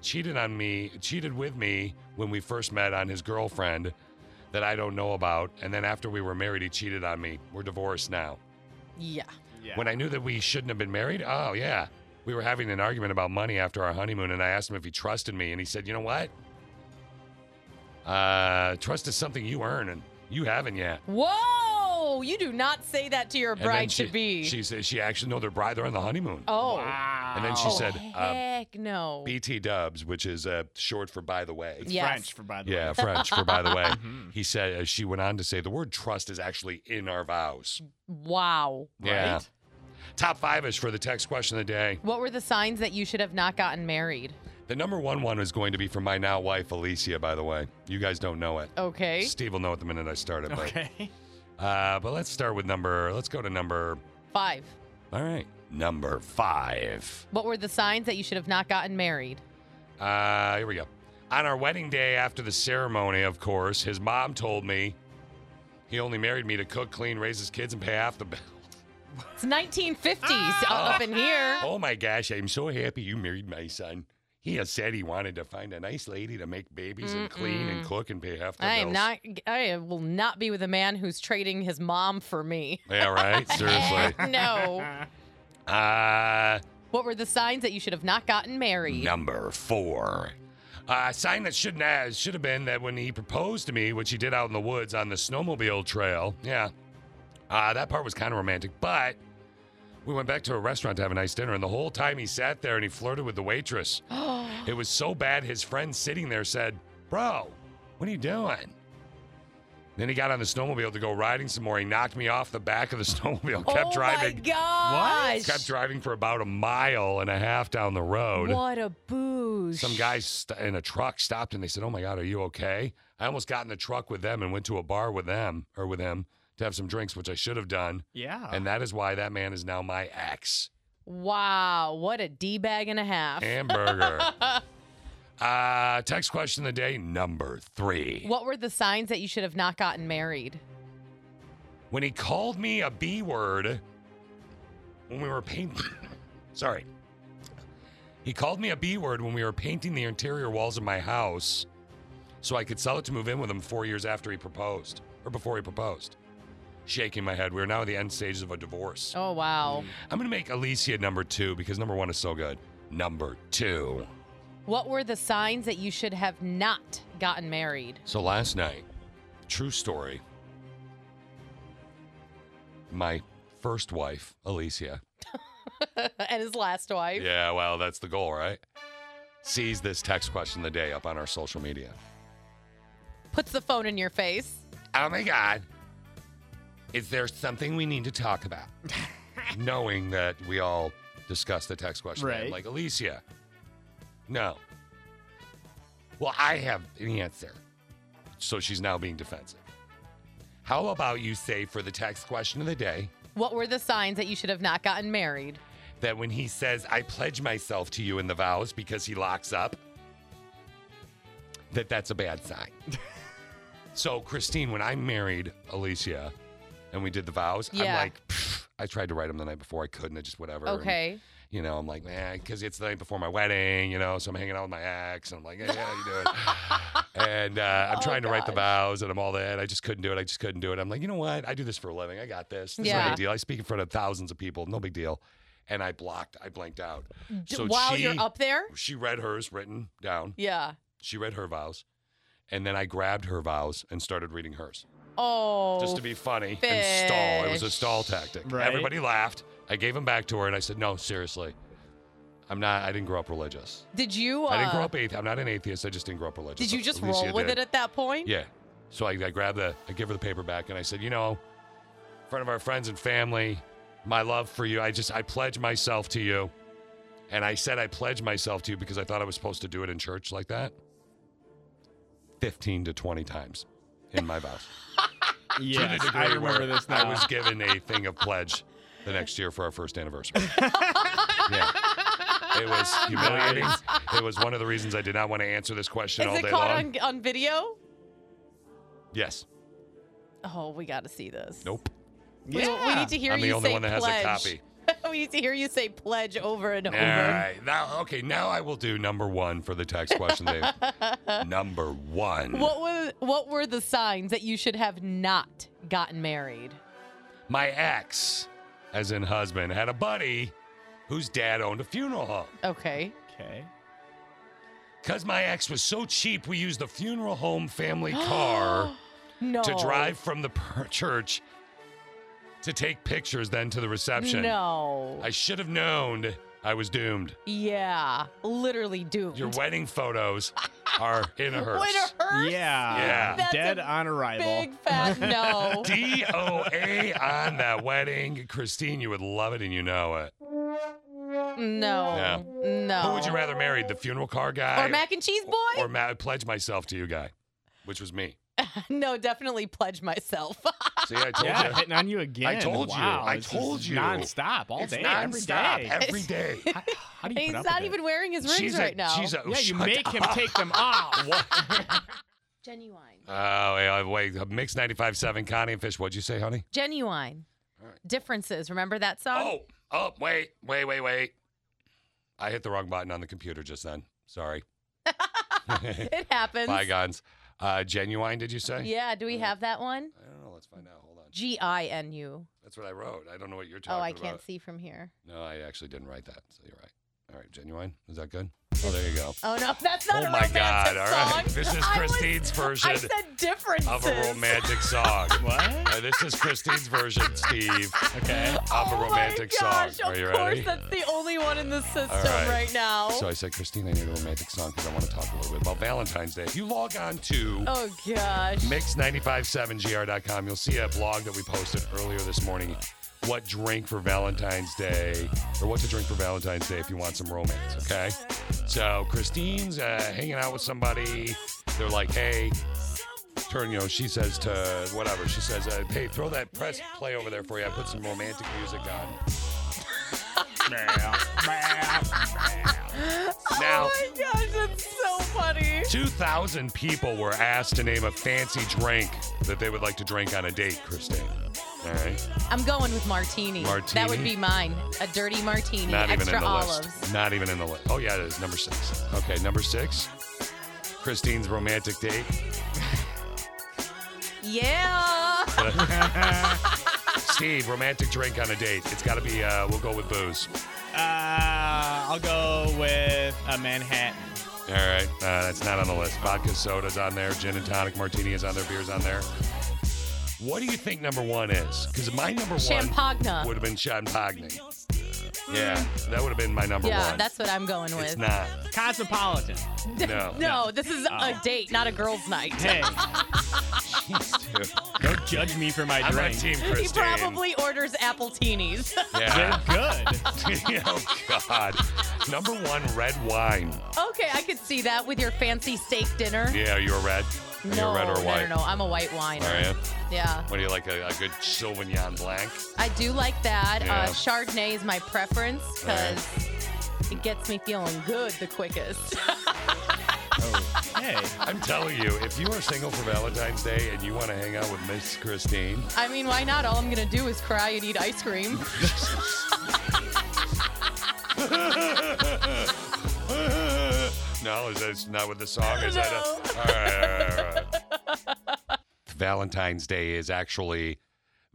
Speaker 7: cheated on me, cheated with me when we first met on his girlfriend that I don't know about. And then after we were married, he cheated on me. We're divorced now.
Speaker 8: Yeah.
Speaker 7: When I knew that we shouldn't have been married, oh, yeah. We were having an argument about money after our honeymoon, and I asked him if he trusted me. And he said, You know what? Uh, trust is something you earn, and you haven't yet.
Speaker 8: Whoa! You do not say that to your
Speaker 7: And then
Speaker 8: bride
Speaker 7: she,
Speaker 8: to be.
Speaker 7: She said, She actually, no, they're bride, they're on the honeymoon.
Speaker 8: oh.
Speaker 7: And then she
Speaker 8: Oh,
Speaker 7: said, uh,
Speaker 8: heck no.
Speaker 7: BT dubs, which is uh, short for by the way.
Speaker 8: Yes.
Speaker 1: French for by the
Speaker 7: Yeah,
Speaker 1: way. [LAUGHS] Mm-hmm.
Speaker 7: French for by the way. He said, uh, She went on to say, The word trust is actually in our vows.
Speaker 8: wow.
Speaker 7: Yeah. Top five is for the text question of the day.
Speaker 8: What were the signs that you should have not gotten married?
Speaker 7: The number one one is going to be for my now wife, Alicia, by the way. You guys don't know it.
Speaker 8: Okay.
Speaker 7: Steve will know it the minute I start it. But,
Speaker 1: Okay.
Speaker 7: uh, but let's start with number, let's go to number,
Speaker 8: Five.
Speaker 7: all right, number five.
Speaker 8: What were the signs that you should have not gotten married?
Speaker 7: Uh, here we go. On our wedding day after the ceremony, of course, his mom told me he only married me to cook, clean, raise his kids, and pay half the bill.
Speaker 8: It's 1950s up in here.
Speaker 7: [LAUGHS] Oh my gosh, I'm so happy you married my son. He has said he wanted to find a nice lady to make babies and clean and
Speaker 8: Mm-mm.
Speaker 7: cook and pay half the
Speaker 8: I
Speaker 7: bills.
Speaker 8: am not. I will not be with a man who's trading his mom for me.
Speaker 7: Yeah,
Speaker 8: [LAUGHS]
Speaker 7: right? Seriously.
Speaker 8: no.
Speaker 7: Uh,
Speaker 8: What were the signs that you should have not gotten married?
Speaker 7: number four. Uh, sign that shouldn't have, should have been that when he proposed to me, which he did out in the woods on the snowmobile trail. Yeah, uh, that part was kind of romantic, but we went back to a restaurant to have a nice dinner, and the whole time he sat there and he flirted with the
Speaker 8: [GASPS]
Speaker 7: waitress. it was so bad, his friend sitting there said, "Bro, what are you doing?" Then he got on the snowmobile to go riding some more. He knocked me off the back of the [LAUGHS] snowmobile, kept
Speaker 8: oh
Speaker 7: driving.
Speaker 8: my gosh!
Speaker 7: Kept driving for about a mile and a half down the road.
Speaker 8: What a booze!
Speaker 7: Some guys st- in a truck stopped and they said, "Oh my God, are you okay?" I almost got in the truck with them and went to a bar with them or
Speaker 1: Ah.
Speaker 7: with him to have some drinks, which I should have done.
Speaker 1: Yeah.
Speaker 7: And that is why that man is now my ex.
Speaker 8: Wow, what a D bag and a half.
Speaker 7: Hamburger. uh, text question of the day number three.
Speaker 8: what were the signs that you should have not gotten married?
Speaker 7: when he called me a B word when we were painting. Sorry. He called me a B word when we were painting the interior walls of my house so I could sell it to move in with him four years after he proposed, or before he proposed. Shaking my head. We're now at the end stages of a divorce.
Speaker 8: Oh, wow.
Speaker 7: I'm going to make Alicia number two because number one is so good. Number two.
Speaker 8: What were the signs that you should have not gotten married? [LAUGHS]
Speaker 7: So last night, true story, my first wife, Alicia,
Speaker 8: and his last wife.
Speaker 7: Yeah, well, that's the goal, right? Sees this text question of the day up on our social media.
Speaker 8: Puts the phone in your face.
Speaker 7: Oh my God. Is there something we need to talk about? Knowing that we all discuss the text question. of the day,
Speaker 2: Right.
Speaker 7: Like, Alicia, no. Well, I have an answer. So she's now being defensive. How about you say for the text question of the day,
Speaker 8: What were the signs that you should have not gotten married?
Speaker 7: that when he says, I pledge myself to you in the vows because he locks up, that that's a bad
Speaker 8: [LAUGHS]
Speaker 7: sign. so, Christine, when I married Alicia and we did the vows, I'm
Speaker 8: Yeah.
Speaker 7: like, "Pff," I tried to write them the night before. I couldn't. I just whatever. And,
Speaker 8: Okay.
Speaker 7: you know, I'm like, man, because it's the night before my wedding, you know, so I'm hanging out with my ex and I'm like, hey, how you doing?
Speaker 8: [LAUGHS]
Speaker 7: and uh, I'm
Speaker 2: Oh,
Speaker 7: trying to write the vows and I'm all that. I just couldn't do it. I just couldn't do it. I'm like, you know what? I do this for a living. I got this. This is no
Speaker 8: Yeah.
Speaker 7: big deal. I speak in front of thousands of people. No big deal. And I blocked. I blanked out.
Speaker 8: D- while you're up there?
Speaker 7: she read hers written down.
Speaker 8: Yeah.
Speaker 7: She read her vows, and then I grabbed her vows and started reading hers
Speaker 8: Oh.
Speaker 7: just to be funny and stall. It was a
Speaker 8: fish.
Speaker 7: stall tactic.
Speaker 1: Right.
Speaker 7: Everybody laughed. I gave them back to her, and I said, "No, seriously, I'm not. I didn't grow up religious.
Speaker 8: Did you? Uh,
Speaker 7: I didn't grow up atheist. I'm not an atheist. I just didn't grow up religious.
Speaker 8: Did you just
Speaker 7: Alicia
Speaker 8: roll with
Speaker 7: did.
Speaker 8: it at that point?
Speaker 7: Yeah. So I, I grabbed the, I give her the paper back, and I said, you know, in front of our friends and family, my love for you. I just, I pledge myself to you, and I said I pledge myself to you because I thought I was supposed to do it in church like that. Fifteen to twenty times in my vows. To the
Speaker 1: Yes, I
Speaker 7: degree where
Speaker 1: remember this
Speaker 7: I
Speaker 1: now.
Speaker 7: was given a thing of pledge the next year for our first
Speaker 8: [LAUGHS]
Speaker 7: anniversary. yeah. It was humiliating.
Speaker 8: Nice.
Speaker 7: It was one of the reasons I did not want to answer this question all
Speaker 8: Is
Speaker 7: day
Speaker 8: it caught
Speaker 7: long.
Speaker 8: on, on video?
Speaker 7: Yes.
Speaker 8: Oh, we got to see this.
Speaker 7: Nope.
Speaker 8: We, we need to hear
Speaker 7: I'm
Speaker 8: you
Speaker 7: the only
Speaker 8: say
Speaker 7: one that
Speaker 8: pledge.
Speaker 7: has a copy.
Speaker 8: [LAUGHS] we need to hear you say pledge over and
Speaker 7: All
Speaker 8: over.
Speaker 7: right. Now, okay. Now I will do number one for the text question.
Speaker 8: [LAUGHS]
Speaker 7: Dave. number one.
Speaker 8: What were what were the signs that you should have not gotten married?
Speaker 7: My ex, as in husband, had a buddy whose dad owned a funeral home.
Speaker 8: Okay.
Speaker 1: Okay.
Speaker 7: Because my ex was so cheap, we used the funeral home family
Speaker 8: [GASPS]
Speaker 7: car [GASPS]
Speaker 8: No.
Speaker 7: to drive from the per- church to take pictures, then to the reception.
Speaker 8: No.
Speaker 7: I should have known I was doomed.
Speaker 8: Yeah. Literally doomed.
Speaker 7: Your wedding photos are in
Speaker 8: [LAUGHS]
Speaker 7: a hearse.
Speaker 8: In a hearse?
Speaker 1: Yeah.
Speaker 7: Yeah. That's
Speaker 1: Dead on arrival.
Speaker 8: Big fat
Speaker 7: [LAUGHS]
Speaker 8: no.
Speaker 7: DOA on that wedding. Christine, you would love it and you know it.
Speaker 8: No.
Speaker 7: Yeah.
Speaker 8: No.
Speaker 7: Who would you rather marry? The funeral car guy?
Speaker 8: Or mac and cheese boy?
Speaker 7: Or ma- I pledge myself to you guy, which was me.
Speaker 8: [LAUGHS] no, definitely pledge myself.
Speaker 7: See, I told
Speaker 1: Yeah,
Speaker 7: you.
Speaker 1: hitting on you again.
Speaker 7: I told
Speaker 1: Wow,
Speaker 7: you. I
Speaker 1: this is
Speaker 7: told you.
Speaker 1: nonstop, all
Speaker 7: It's
Speaker 1: day, every
Speaker 7: nonstop,
Speaker 1: day.
Speaker 7: Every day. How,
Speaker 8: [LAUGHS]
Speaker 7: how do you
Speaker 8: He's
Speaker 7: put up
Speaker 8: not
Speaker 7: with
Speaker 8: even wearing his rings
Speaker 7: She's a-
Speaker 8: right now.
Speaker 7: she's a- oh,
Speaker 1: yeah, you
Speaker 7: shut
Speaker 1: make him
Speaker 7: up.
Speaker 1: take them
Speaker 7: [LAUGHS]
Speaker 1: off.
Speaker 8: Genuine.
Speaker 7: it? Oh, wait, wait. Mix 95.7, Connie and Fish. What'd you say, honey?
Speaker 8: Genuine. Differences. Remember that song?
Speaker 7: Oh, oh, wait, wait, wait, wait. I hit the wrong button on the computer just then. Sorry.
Speaker 8: [LAUGHS] It happens.
Speaker 7: Bygones. Uh, genuine, did you say?
Speaker 8: Yeah, do we have that one?
Speaker 7: I don't know. Let's find out. Hold on.
Speaker 8: G I N U.
Speaker 7: That's what I wrote. I don't know what you're talking
Speaker 8: Oh,
Speaker 7: about.
Speaker 8: I can't see from here.
Speaker 7: No, I actually didn't write that. So you're right. All right, genuine. Is that good? Oh, there you
Speaker 8: [LAUGHS]
Speaker 7: go.
Speaker 8: Oh no, that's not
Speaker 7: oh
Speaker 8: a
Speaker 7: my
Speaker 8: romantic
Speaker 7: God!
Speaker 8: song.
Speaker 7: All right, this is
Speaker 8: [LAUGHS] I was-
Speaker 7: Christine's version
Speaker 8: I said differences.
Speaker 7: of a romantic
Speaker 8: [LAUGHS]
Speaker 7: song. Uh,
Speaker 1: what?
Speaker 7: this is Christine's version, Steve. Okay. Of a romantic
Speaker 8: Oh Gosh,
Speaker 7: song.
Speaker 8: of
Speaker 7: Are you
Speaker 8: course,
Speaker 7: ready?
Speaker 8: that's the only one in the system
Speaker 7: All
Speaker 8: right. now.
Speaker 7: So I said, Christine, I need a romantic song because I want to talk a little bit about Valentine's Day. If you log on to
Speaker 8: oh gosh.
Speaker 7: mix957gr.com. You'll see a blog that we posted earlier this morning. What drink for Valentine's Day, or what to drink for Valentine's Day if you want some romance, okay? So Christine's uh, hanging out with somebody. They're like, hey, turn, you know, she says to whatever, she says, uh, hey, throw that press play over there for you. I put some romantic music on. Now,
Speaker 8: oh my [LAUGHS] gosh, that's so funny.
Speaker 7: 2,000 people were asked to name a fancy drink that they would like to drink on a date, Christine. All right.
Speaker 8: I'm going with martini. That would
Speaker 7: Martini?
Speaker 8: be mine. A dirty martini,
Speaker 7: Not even
Speaker 8: extra
Speaker 7: in the
Speaker 8: olives.
Speaker 7: list. Not even in the list. Oh, yeah, it is. Number six. Okay, number six. Christine's romantic date. [LAUGHS]
Speaker 8: Yeah.
Speaker 7: Steve, romantic drink on a date. It's got to be, uh, we'll go with booze.
Speaker 1: Uh, I'll go with a Manhattan.
Speaker 7: All right, uh, that's not on the list. Vodka soda's on there. Gin and tonic martini is on there. Beer's on there. What do you think number one is? Because my number one
Speaker 8: Champagne. Mm.
Speaker 7: would have been champagne. Yeah, that would have been my number
Speaker 8: yeah,
Speaker 7: one.
Speaker 8: that's what I'm going with.
Speaker 7: it's
Speaker 8: [LAUGHS]
Speaker 7: not.
Speaker 1: Cosmopolitan.
Speaker 7: No.
Speaker 8: no, this is
Speaker 1: Oh.
Speaker 8: a date, not a girl's night.
Speaker 7: [LAUGHS]
Speaker 1: Hey. Don't judge me for my
Speaker 7: I'm on
Speaker 1: drink.
Speaker 7: team
Speaker 8: [LAUGHS] he
Speaker 7: Christine. [LAUGHS]
Speaker 8: probably orders apple teenies. [LAUGHS]
Speaker 7: Yeah.
Speaker 1: They're
Speaker 7: good. [LAUGHS] oh God. Number one, red wine.
Speaker 8: okay, I could see that with your fancy steak dinner.
Speaker 7: Yeah, are you a red? Are you
Speaker 8: No,
Speaker 7: a red or
Speaker 8: no,
Speaker 7: white?
Speaker 8: no, no, I'm a white wine.
Speaker 7: Are you?
Speaker 8: Yeah.
Speaker 7: What do you like? A, a good Sauvignon Blanc?
Speaker 8: I do like that.
Speaker 7: Yeah.
Speaker 8: Uh, Chardonnay is my preference
Speaker 7: All right.
Speaker 8: because it gets me feeling good the quickest. [LAUGHS]
Speaker 1: Hey.
Speaker 7: I'm telling you, if you are single for Valentine's Day and you want to hang out with Miss Christine,
Speaker 8: I mean, why not? All I'm going to do is cry and eat ice cream.
Speaker 7: [LAUGHS] no, is that not with the song? Is that a, all right, all right, all right. Valentine's Day is actually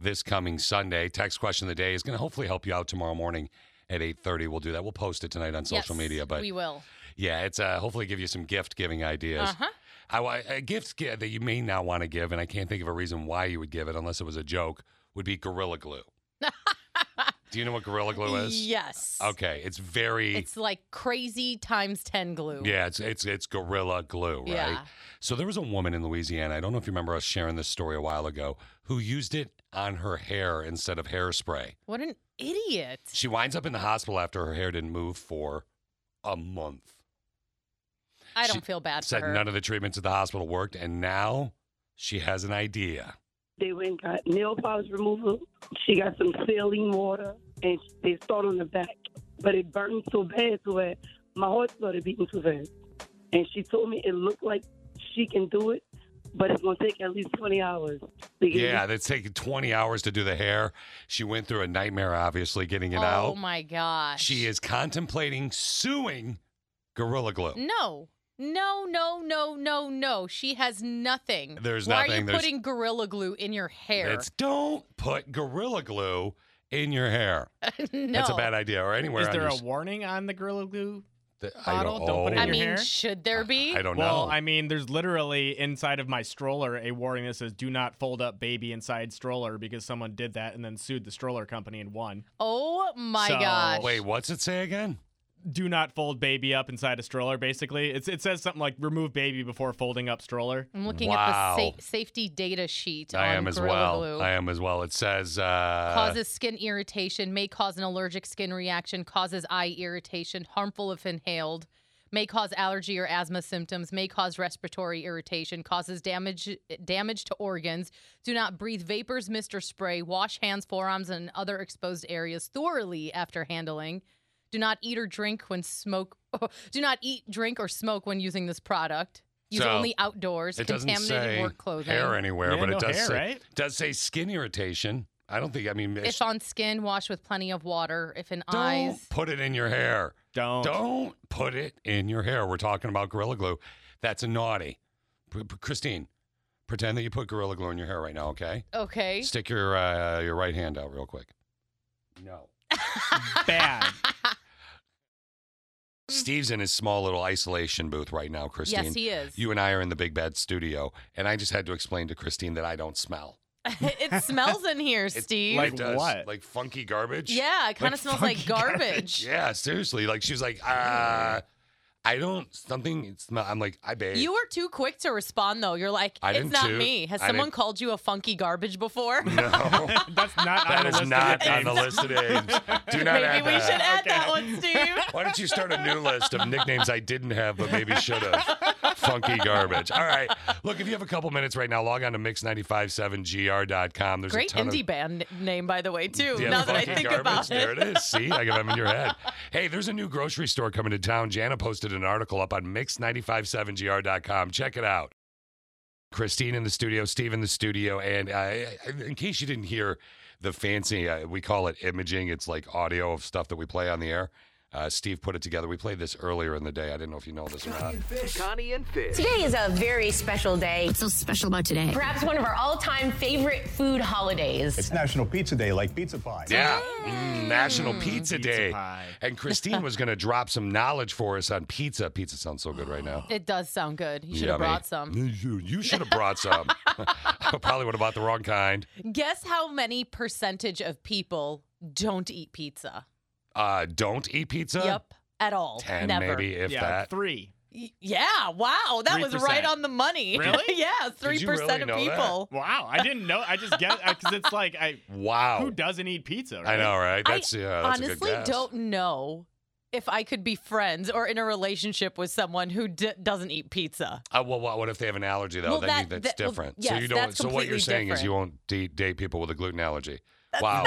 Speaker 7: this coming Sunday. Text question of the day is going to hopefully help you out tomorrow morning at 8:30. We'll do that. We'll post it tonight on social
Speaker 8: Yes,
Speaker 7: media, but
Speaker 8: we will.
Speaker 7: yeah, it's uh, hopefully give you some gift giving ideas.
Speaker 8: Uh-huh.
Speaker 7: I, wa- a gift gi- that you may not want to give, and I can't think of a reason why you would give it unless it was a joke, would be Gorilla Glue.
Speaker 8: [LAUGHS]
Speaker 7: Do you know what Gorilla Glue is?
Speaker 8: Yes.
Speaker 7: Okay, it's very
Speaker 8: It's like crazy times 10 glue.
Speaker 7: yeah, it's it's it's Gorilla Glue, right?
Speaker 8: Yeah.
Speaker 7: So there was a woman in Louisiana. I don't know if you remember us sharing this story a while ago, who used it on her hair instead of hairspray.
Speaker 8: What an idiot.
Speaker 7: She winds up in the hospital after her hair didn't move for a month.
Speaker 8: I don't feel bad for
Speaker 7: Said
Speaker 8: her.
Speaker 7: none of the treatments at the hospital worked, and now she has an idea.
Speaker 3: They went and got nail polish removal. She got some saline water, and they started on the back. But it burned so bad to where my heart started beating too fast. And she told me it looked like she can do it, but it's going to take at least 20 hours. to get
Speaker 7: Yeah, that's taking 20 hours to do the hair. She went through a nightmare, obviously, getting it
Speaker 8: oh
Speaker 7: out.
Speaker 8: my gosh.
Speaker 7: She is contemplating suing Gorilla Glue.
Speaker 8: No. No, no, no, no, no. She has nothing.
Speaker 7: There's
Speaker 8: Why Are
Speaker 7: nothing.
Speaker 8: you
Speaker 7: There's-
Speaker 8: putting gorilla glue in your hair?
Speaker 7: It's don't put Gorilla Glue in your hair.
Speaker 8: [LAUGHS] [LAUGHS] no.
Speaker 7: That's a bad idea. Or anywhere
Speaker 1: Is
Speaker 7: on
Speaker 1: there
Speaker 7: your
Speaker 1: a
Speaker 7: s-
Speaker 1: warning on the Gorilla Glue
Speaker 7: th- I
Speaker 1: bottle? Don't, put it in
Speaker 8: I
Speaker 1: your
Speaker 8: mean,
Speaker 1: hair?
Speaker 8: should there be?
Speaker 7: I don't
Speaker 1: well,
Speaker 7: know.
Speaker 1: I mean, there's literally inside of my stroller a warning that says "Do not fold up baby inside stroller" because someone did that and then sued the stroller company and won.
Speaker 8: Oh my
Speaker 1: So-
Speaker 8: gosh.
Speaker 7: Wait, what's it say again?
Speaker 1: Do not fold baby up inside a stroller. Basically, it's it says something like "Remove baby before folding up stroller."
Speaker 8: I'm looking at the
Speaker 7: Wow.
Speaker 8: sa- safety data sheet.
Speaker 7: I
Speaker 8: on
Speaker 7: am as
Speaker 8: Gorilla
Speaker 7: well.
Speaker 8: Glue.
Speaker 7: I am as well. It says uh,
Speaker 8: causes skin irritation, may cause an allergic skin reaction, causes eye irritation, harmful if inhaled, may cause allergy or asthma symptoms, may cause respiratory irritation, causes damage damage to organs. Do not breathe vapors, mist, or spray. Wash hands, forearms, and other exposed areas thoroughly after handling. Do not eat or drink when smoke. [LAUGHS] do not eat, drink, or smoke when using this product. Use
Speaker 7: So,
Speaker 8: only outdoors.
Speaker 7: It doesn't
Speaker 8: contaminated
Speaker 7: say
Speaker 8: work clothing.
Speaker 7: hair anywhere,
Speaker 1: Yeah,
Speaker 7: but
Speaker 1: no
Speaker 7: it does
Speaker 1: hair,
Speaker 7: say
Speaker 1: right?
Speaker 7: does say skin irritation. I don't think. I mean, it's-
Speaker 8: If on skin, wash with plenty of water. If in
Speaker 7: don't
Speaker 8: eyes,
Speaker 7: put it in your hair.
Speaker 1: Don't
Speaker 7: Don't put it in your hair. We're talking about gorilla glue. That's a naughty. P- p- Christine, pretend that you put gorilla glue in your hair right now. Okay.
Speaker 8: Okay.
Speaker 7: Stick your uh, your right hand out real quick. No.
Speaker 1: [LAUGHS] bad. [LAUGHS]
Speaker 7: Steve's in his small little isolation booth right now, Christine.
Speaker 8: he is. [LAUGHS]
Speaker 7: You and I are in the big bad studio, and I just had to explain to Christine that I don't smell.
Speaker 8: it
Speaker 7: [LAUGHS]
Speaker 8: smells in here, Steve.
Speaker 7: It does, Like funky garbage?
Speaker 8: Yeah, it kinda smells like
Speaker 7: funky
Speaker 8: garbage.
Speaker 7: [LAUGHS] yeah, seriously. Like she was like, uh, I don't something. It's not, I'm like, I bathe.
Speaker 8: You were too quick to respond, though. You're like,
Speaker 7: I
Speaker 8: it's
Speaker 7: didn't
Speaker 8: not
Speaker 7: toot.
Speaker 8: me. Has
Speaker 7: I
Speaker 8: someone
Speaker 7: didn't-
Speaker 8: called you a funky garbage before?
Speaker 7: [LAUGHS] no,
Speaker 1: that's not.
Speaker 7: that
Speaker 1: on
Speaker 7: is
Speaker 1: the list
Speaker 7: not
Speaker 1: of
Speaker 7: on the list
Speaker 1: [LAUGHS]
Speaker 7: of names. [LAUGHS] Do not
Speaker 8: maybe
Speaker 7: add
Speaker 8: we
Speaker 7: that. [LAUGHS]
Speaker 8: should add that one, Steve.
Speaker 7: Why don't you start a new list of nicknames I didn't have but maybe should have? funky garbage. All right. Look, if you have a couple minutes right now, log on to mix957gr.com. There's
Speaker 8: Great
Speaker 7: a ton
Speaker 8: indie
Speaker 7: of
Speaker 8: band name, by the way, too.
Speaker 7: Yeah,
Speaker 8: now that I
Speaker 7: funky
Speaker 8: think
Speaker 7: garbage.
Speaker 8: about
Speaker 7: there
Speaker 8: it.
Speaker 7: it is. See, I got them in your head. Hey, there's a new grocery store coming to town. Jana posted an article up on mix957gr.com. Check it out. Christine in the studio, Steve in the studio, and uh, in case you didn't hear the fancy, uh, we call it imaging. It's like audio of stuff that we play on the air. Uh, Steve put it together. We played this earlier in the day. I didn't know if you know this or not.
Speaker 11: Connie and Fish.
Speaker 4: Today is a very special day. What's so special about today?
Speaker 9: Perhaps one of our all time favorite food holidays.
Speaker 23: It's National Pizza Day, like pizza pie.
Speaker 7: Yeah, Mm, National Pizza Day. And Christine was
Speaker 23: [LAUGHS]
Speaker 7: going to drop some knowledge for us on pizza. Pizza sounds so good right now.
Speaker 8: [LAUGHS] It does sound good. You should have
Speaker 7: Yummy.
Speaker 8: brought some.
Speaker 7: You, you should have brought
Speaker 8: [LAUGHS]
Speaker 7: some. [LAUGHS] I probably would have bought the wrong kind.
Speaker 8: Guess how many percentage of people don't eat pizza?
Speaker 7: Uh, don't eat pizza.
Speaker 8: Yep. At all.
Speaker 7: 10
Speaker 8: Never.
Speaker 7: maybe, if
Speaker 1: Yeah,
Speaker 7: that.
Speaker 1: Three.
Speaker 8: Y- Yeah. Wow. That was
Speaker 1: 3%.
Speaker 8: right on the money. [LAUGHS]
Speaker 1: Really?
Speaker 8: yeah. Three percent of people.
Speaker 1: Wow, I didn't know. I just guess because it's like I.
Speaker 7: Wow.
Speaker 1: Who doesn't eat pizza?
Speaker 7: Oh. I know, right? That's, yeah, that's a good
Speaker 8: Honestly,
Speaker 7: guess.
Speaker 8: don't know if I could be friends or in a relationship with someone who d- doesn't eat pizza.
Speaker 7: Uh, well, what, what if they have an allergy though?
Speaker 8: Well,
Speaker 7: then
Speaker 8: that-
Speaker 7: you, that's
Speaker 8: that- well,
Speaker 7: different. so
Speaker 8: yes,
Speaker 7: you don't.
Speaker 8: that's
Speaker 7: so what you're
Speaker 8: completely
Speaker 7: saying is you
Speaker 8: different.
Speaker 7: won't de- date people with a gluten allergy. wow.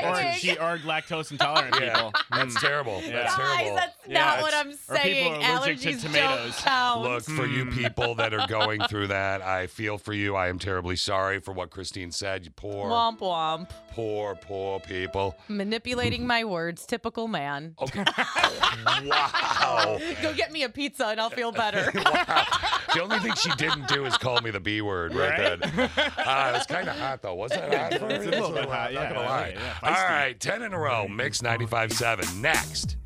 Speaker 8: I'm
Speaker 1: Or she are lactose intolerant
Speaker 7: Yeah,
Speaker 1: people.
Speaker 7: that's
Speaker 1: Mm.
Speaker 7: terrible. That's Guys, terrible. that's
Speaker 1: Yeah,
Speaker 8: not what
Speaker 1: it's-
Speaker 8: I'm
Speaker 1: or people
Speaker 8: saying.
Speaker 1: who are allergic to
Speaker 8: Allergies don't
Speaker 1: tomatoes.
Speaker 8: count.
Speaker 7: Look for you
Speaker 1: Hmm.
Speaker 7: people that are
Speaker 8: [LAUGHS]
Speaker 7: going through that. I feel for you. I am terribly sorry for what Christine said. You poor,
Speaker 8: Womp womp.
Speaker 7: poor, poor people.
Speaker 8: Manipulating my words, typical man. [LAUGHS]
Speaker 1: [LAUGHS]
Speaker 7: Okay. wow.
Speaker 8: Go get me a pizza and I'll feel
Speaker 1: [LAUGHS]
Speaker 8: better.
Speaker 7: The only thing she didn't do is call me the B word right, then. Uh, it was kind of hot though,
Speaker 1: [LAUGHS]
Speaker 7: wasn't it? Hot for
Speaker 1: It's a
Speaker 7: you?
Speaker 1: little bit
Speaker 7: Not
Speaker 1: hot, yeah,
Speaker 7: gonna
Speaker 1: yeah,
Speaker 7: lie.
Speaker 1: yeah,
Speaker 7: All right, ten in a row. Mix 95.7 next.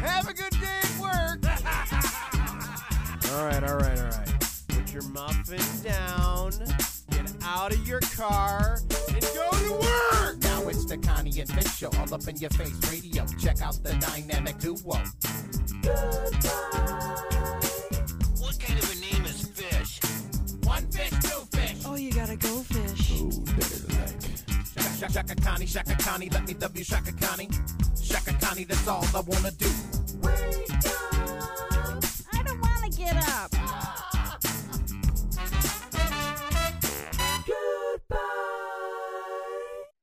Speaker 24: Have a good day at work. all right, all right, all right. Put your muffin down, get out of your car, and go to work.
Speaker 25: Now it's the Connie and Fish show, all up in your face radio. Check out the dynamic duo.
Speaker 24: What kind of a name is fish? One fish, two fish. Oh, you gotta go fish.
Speaker 25: Shaka, shaka, shaka Connie, Shaka Connie, let me W Shaka Connie. Shaka Connie, that's all I wanna do.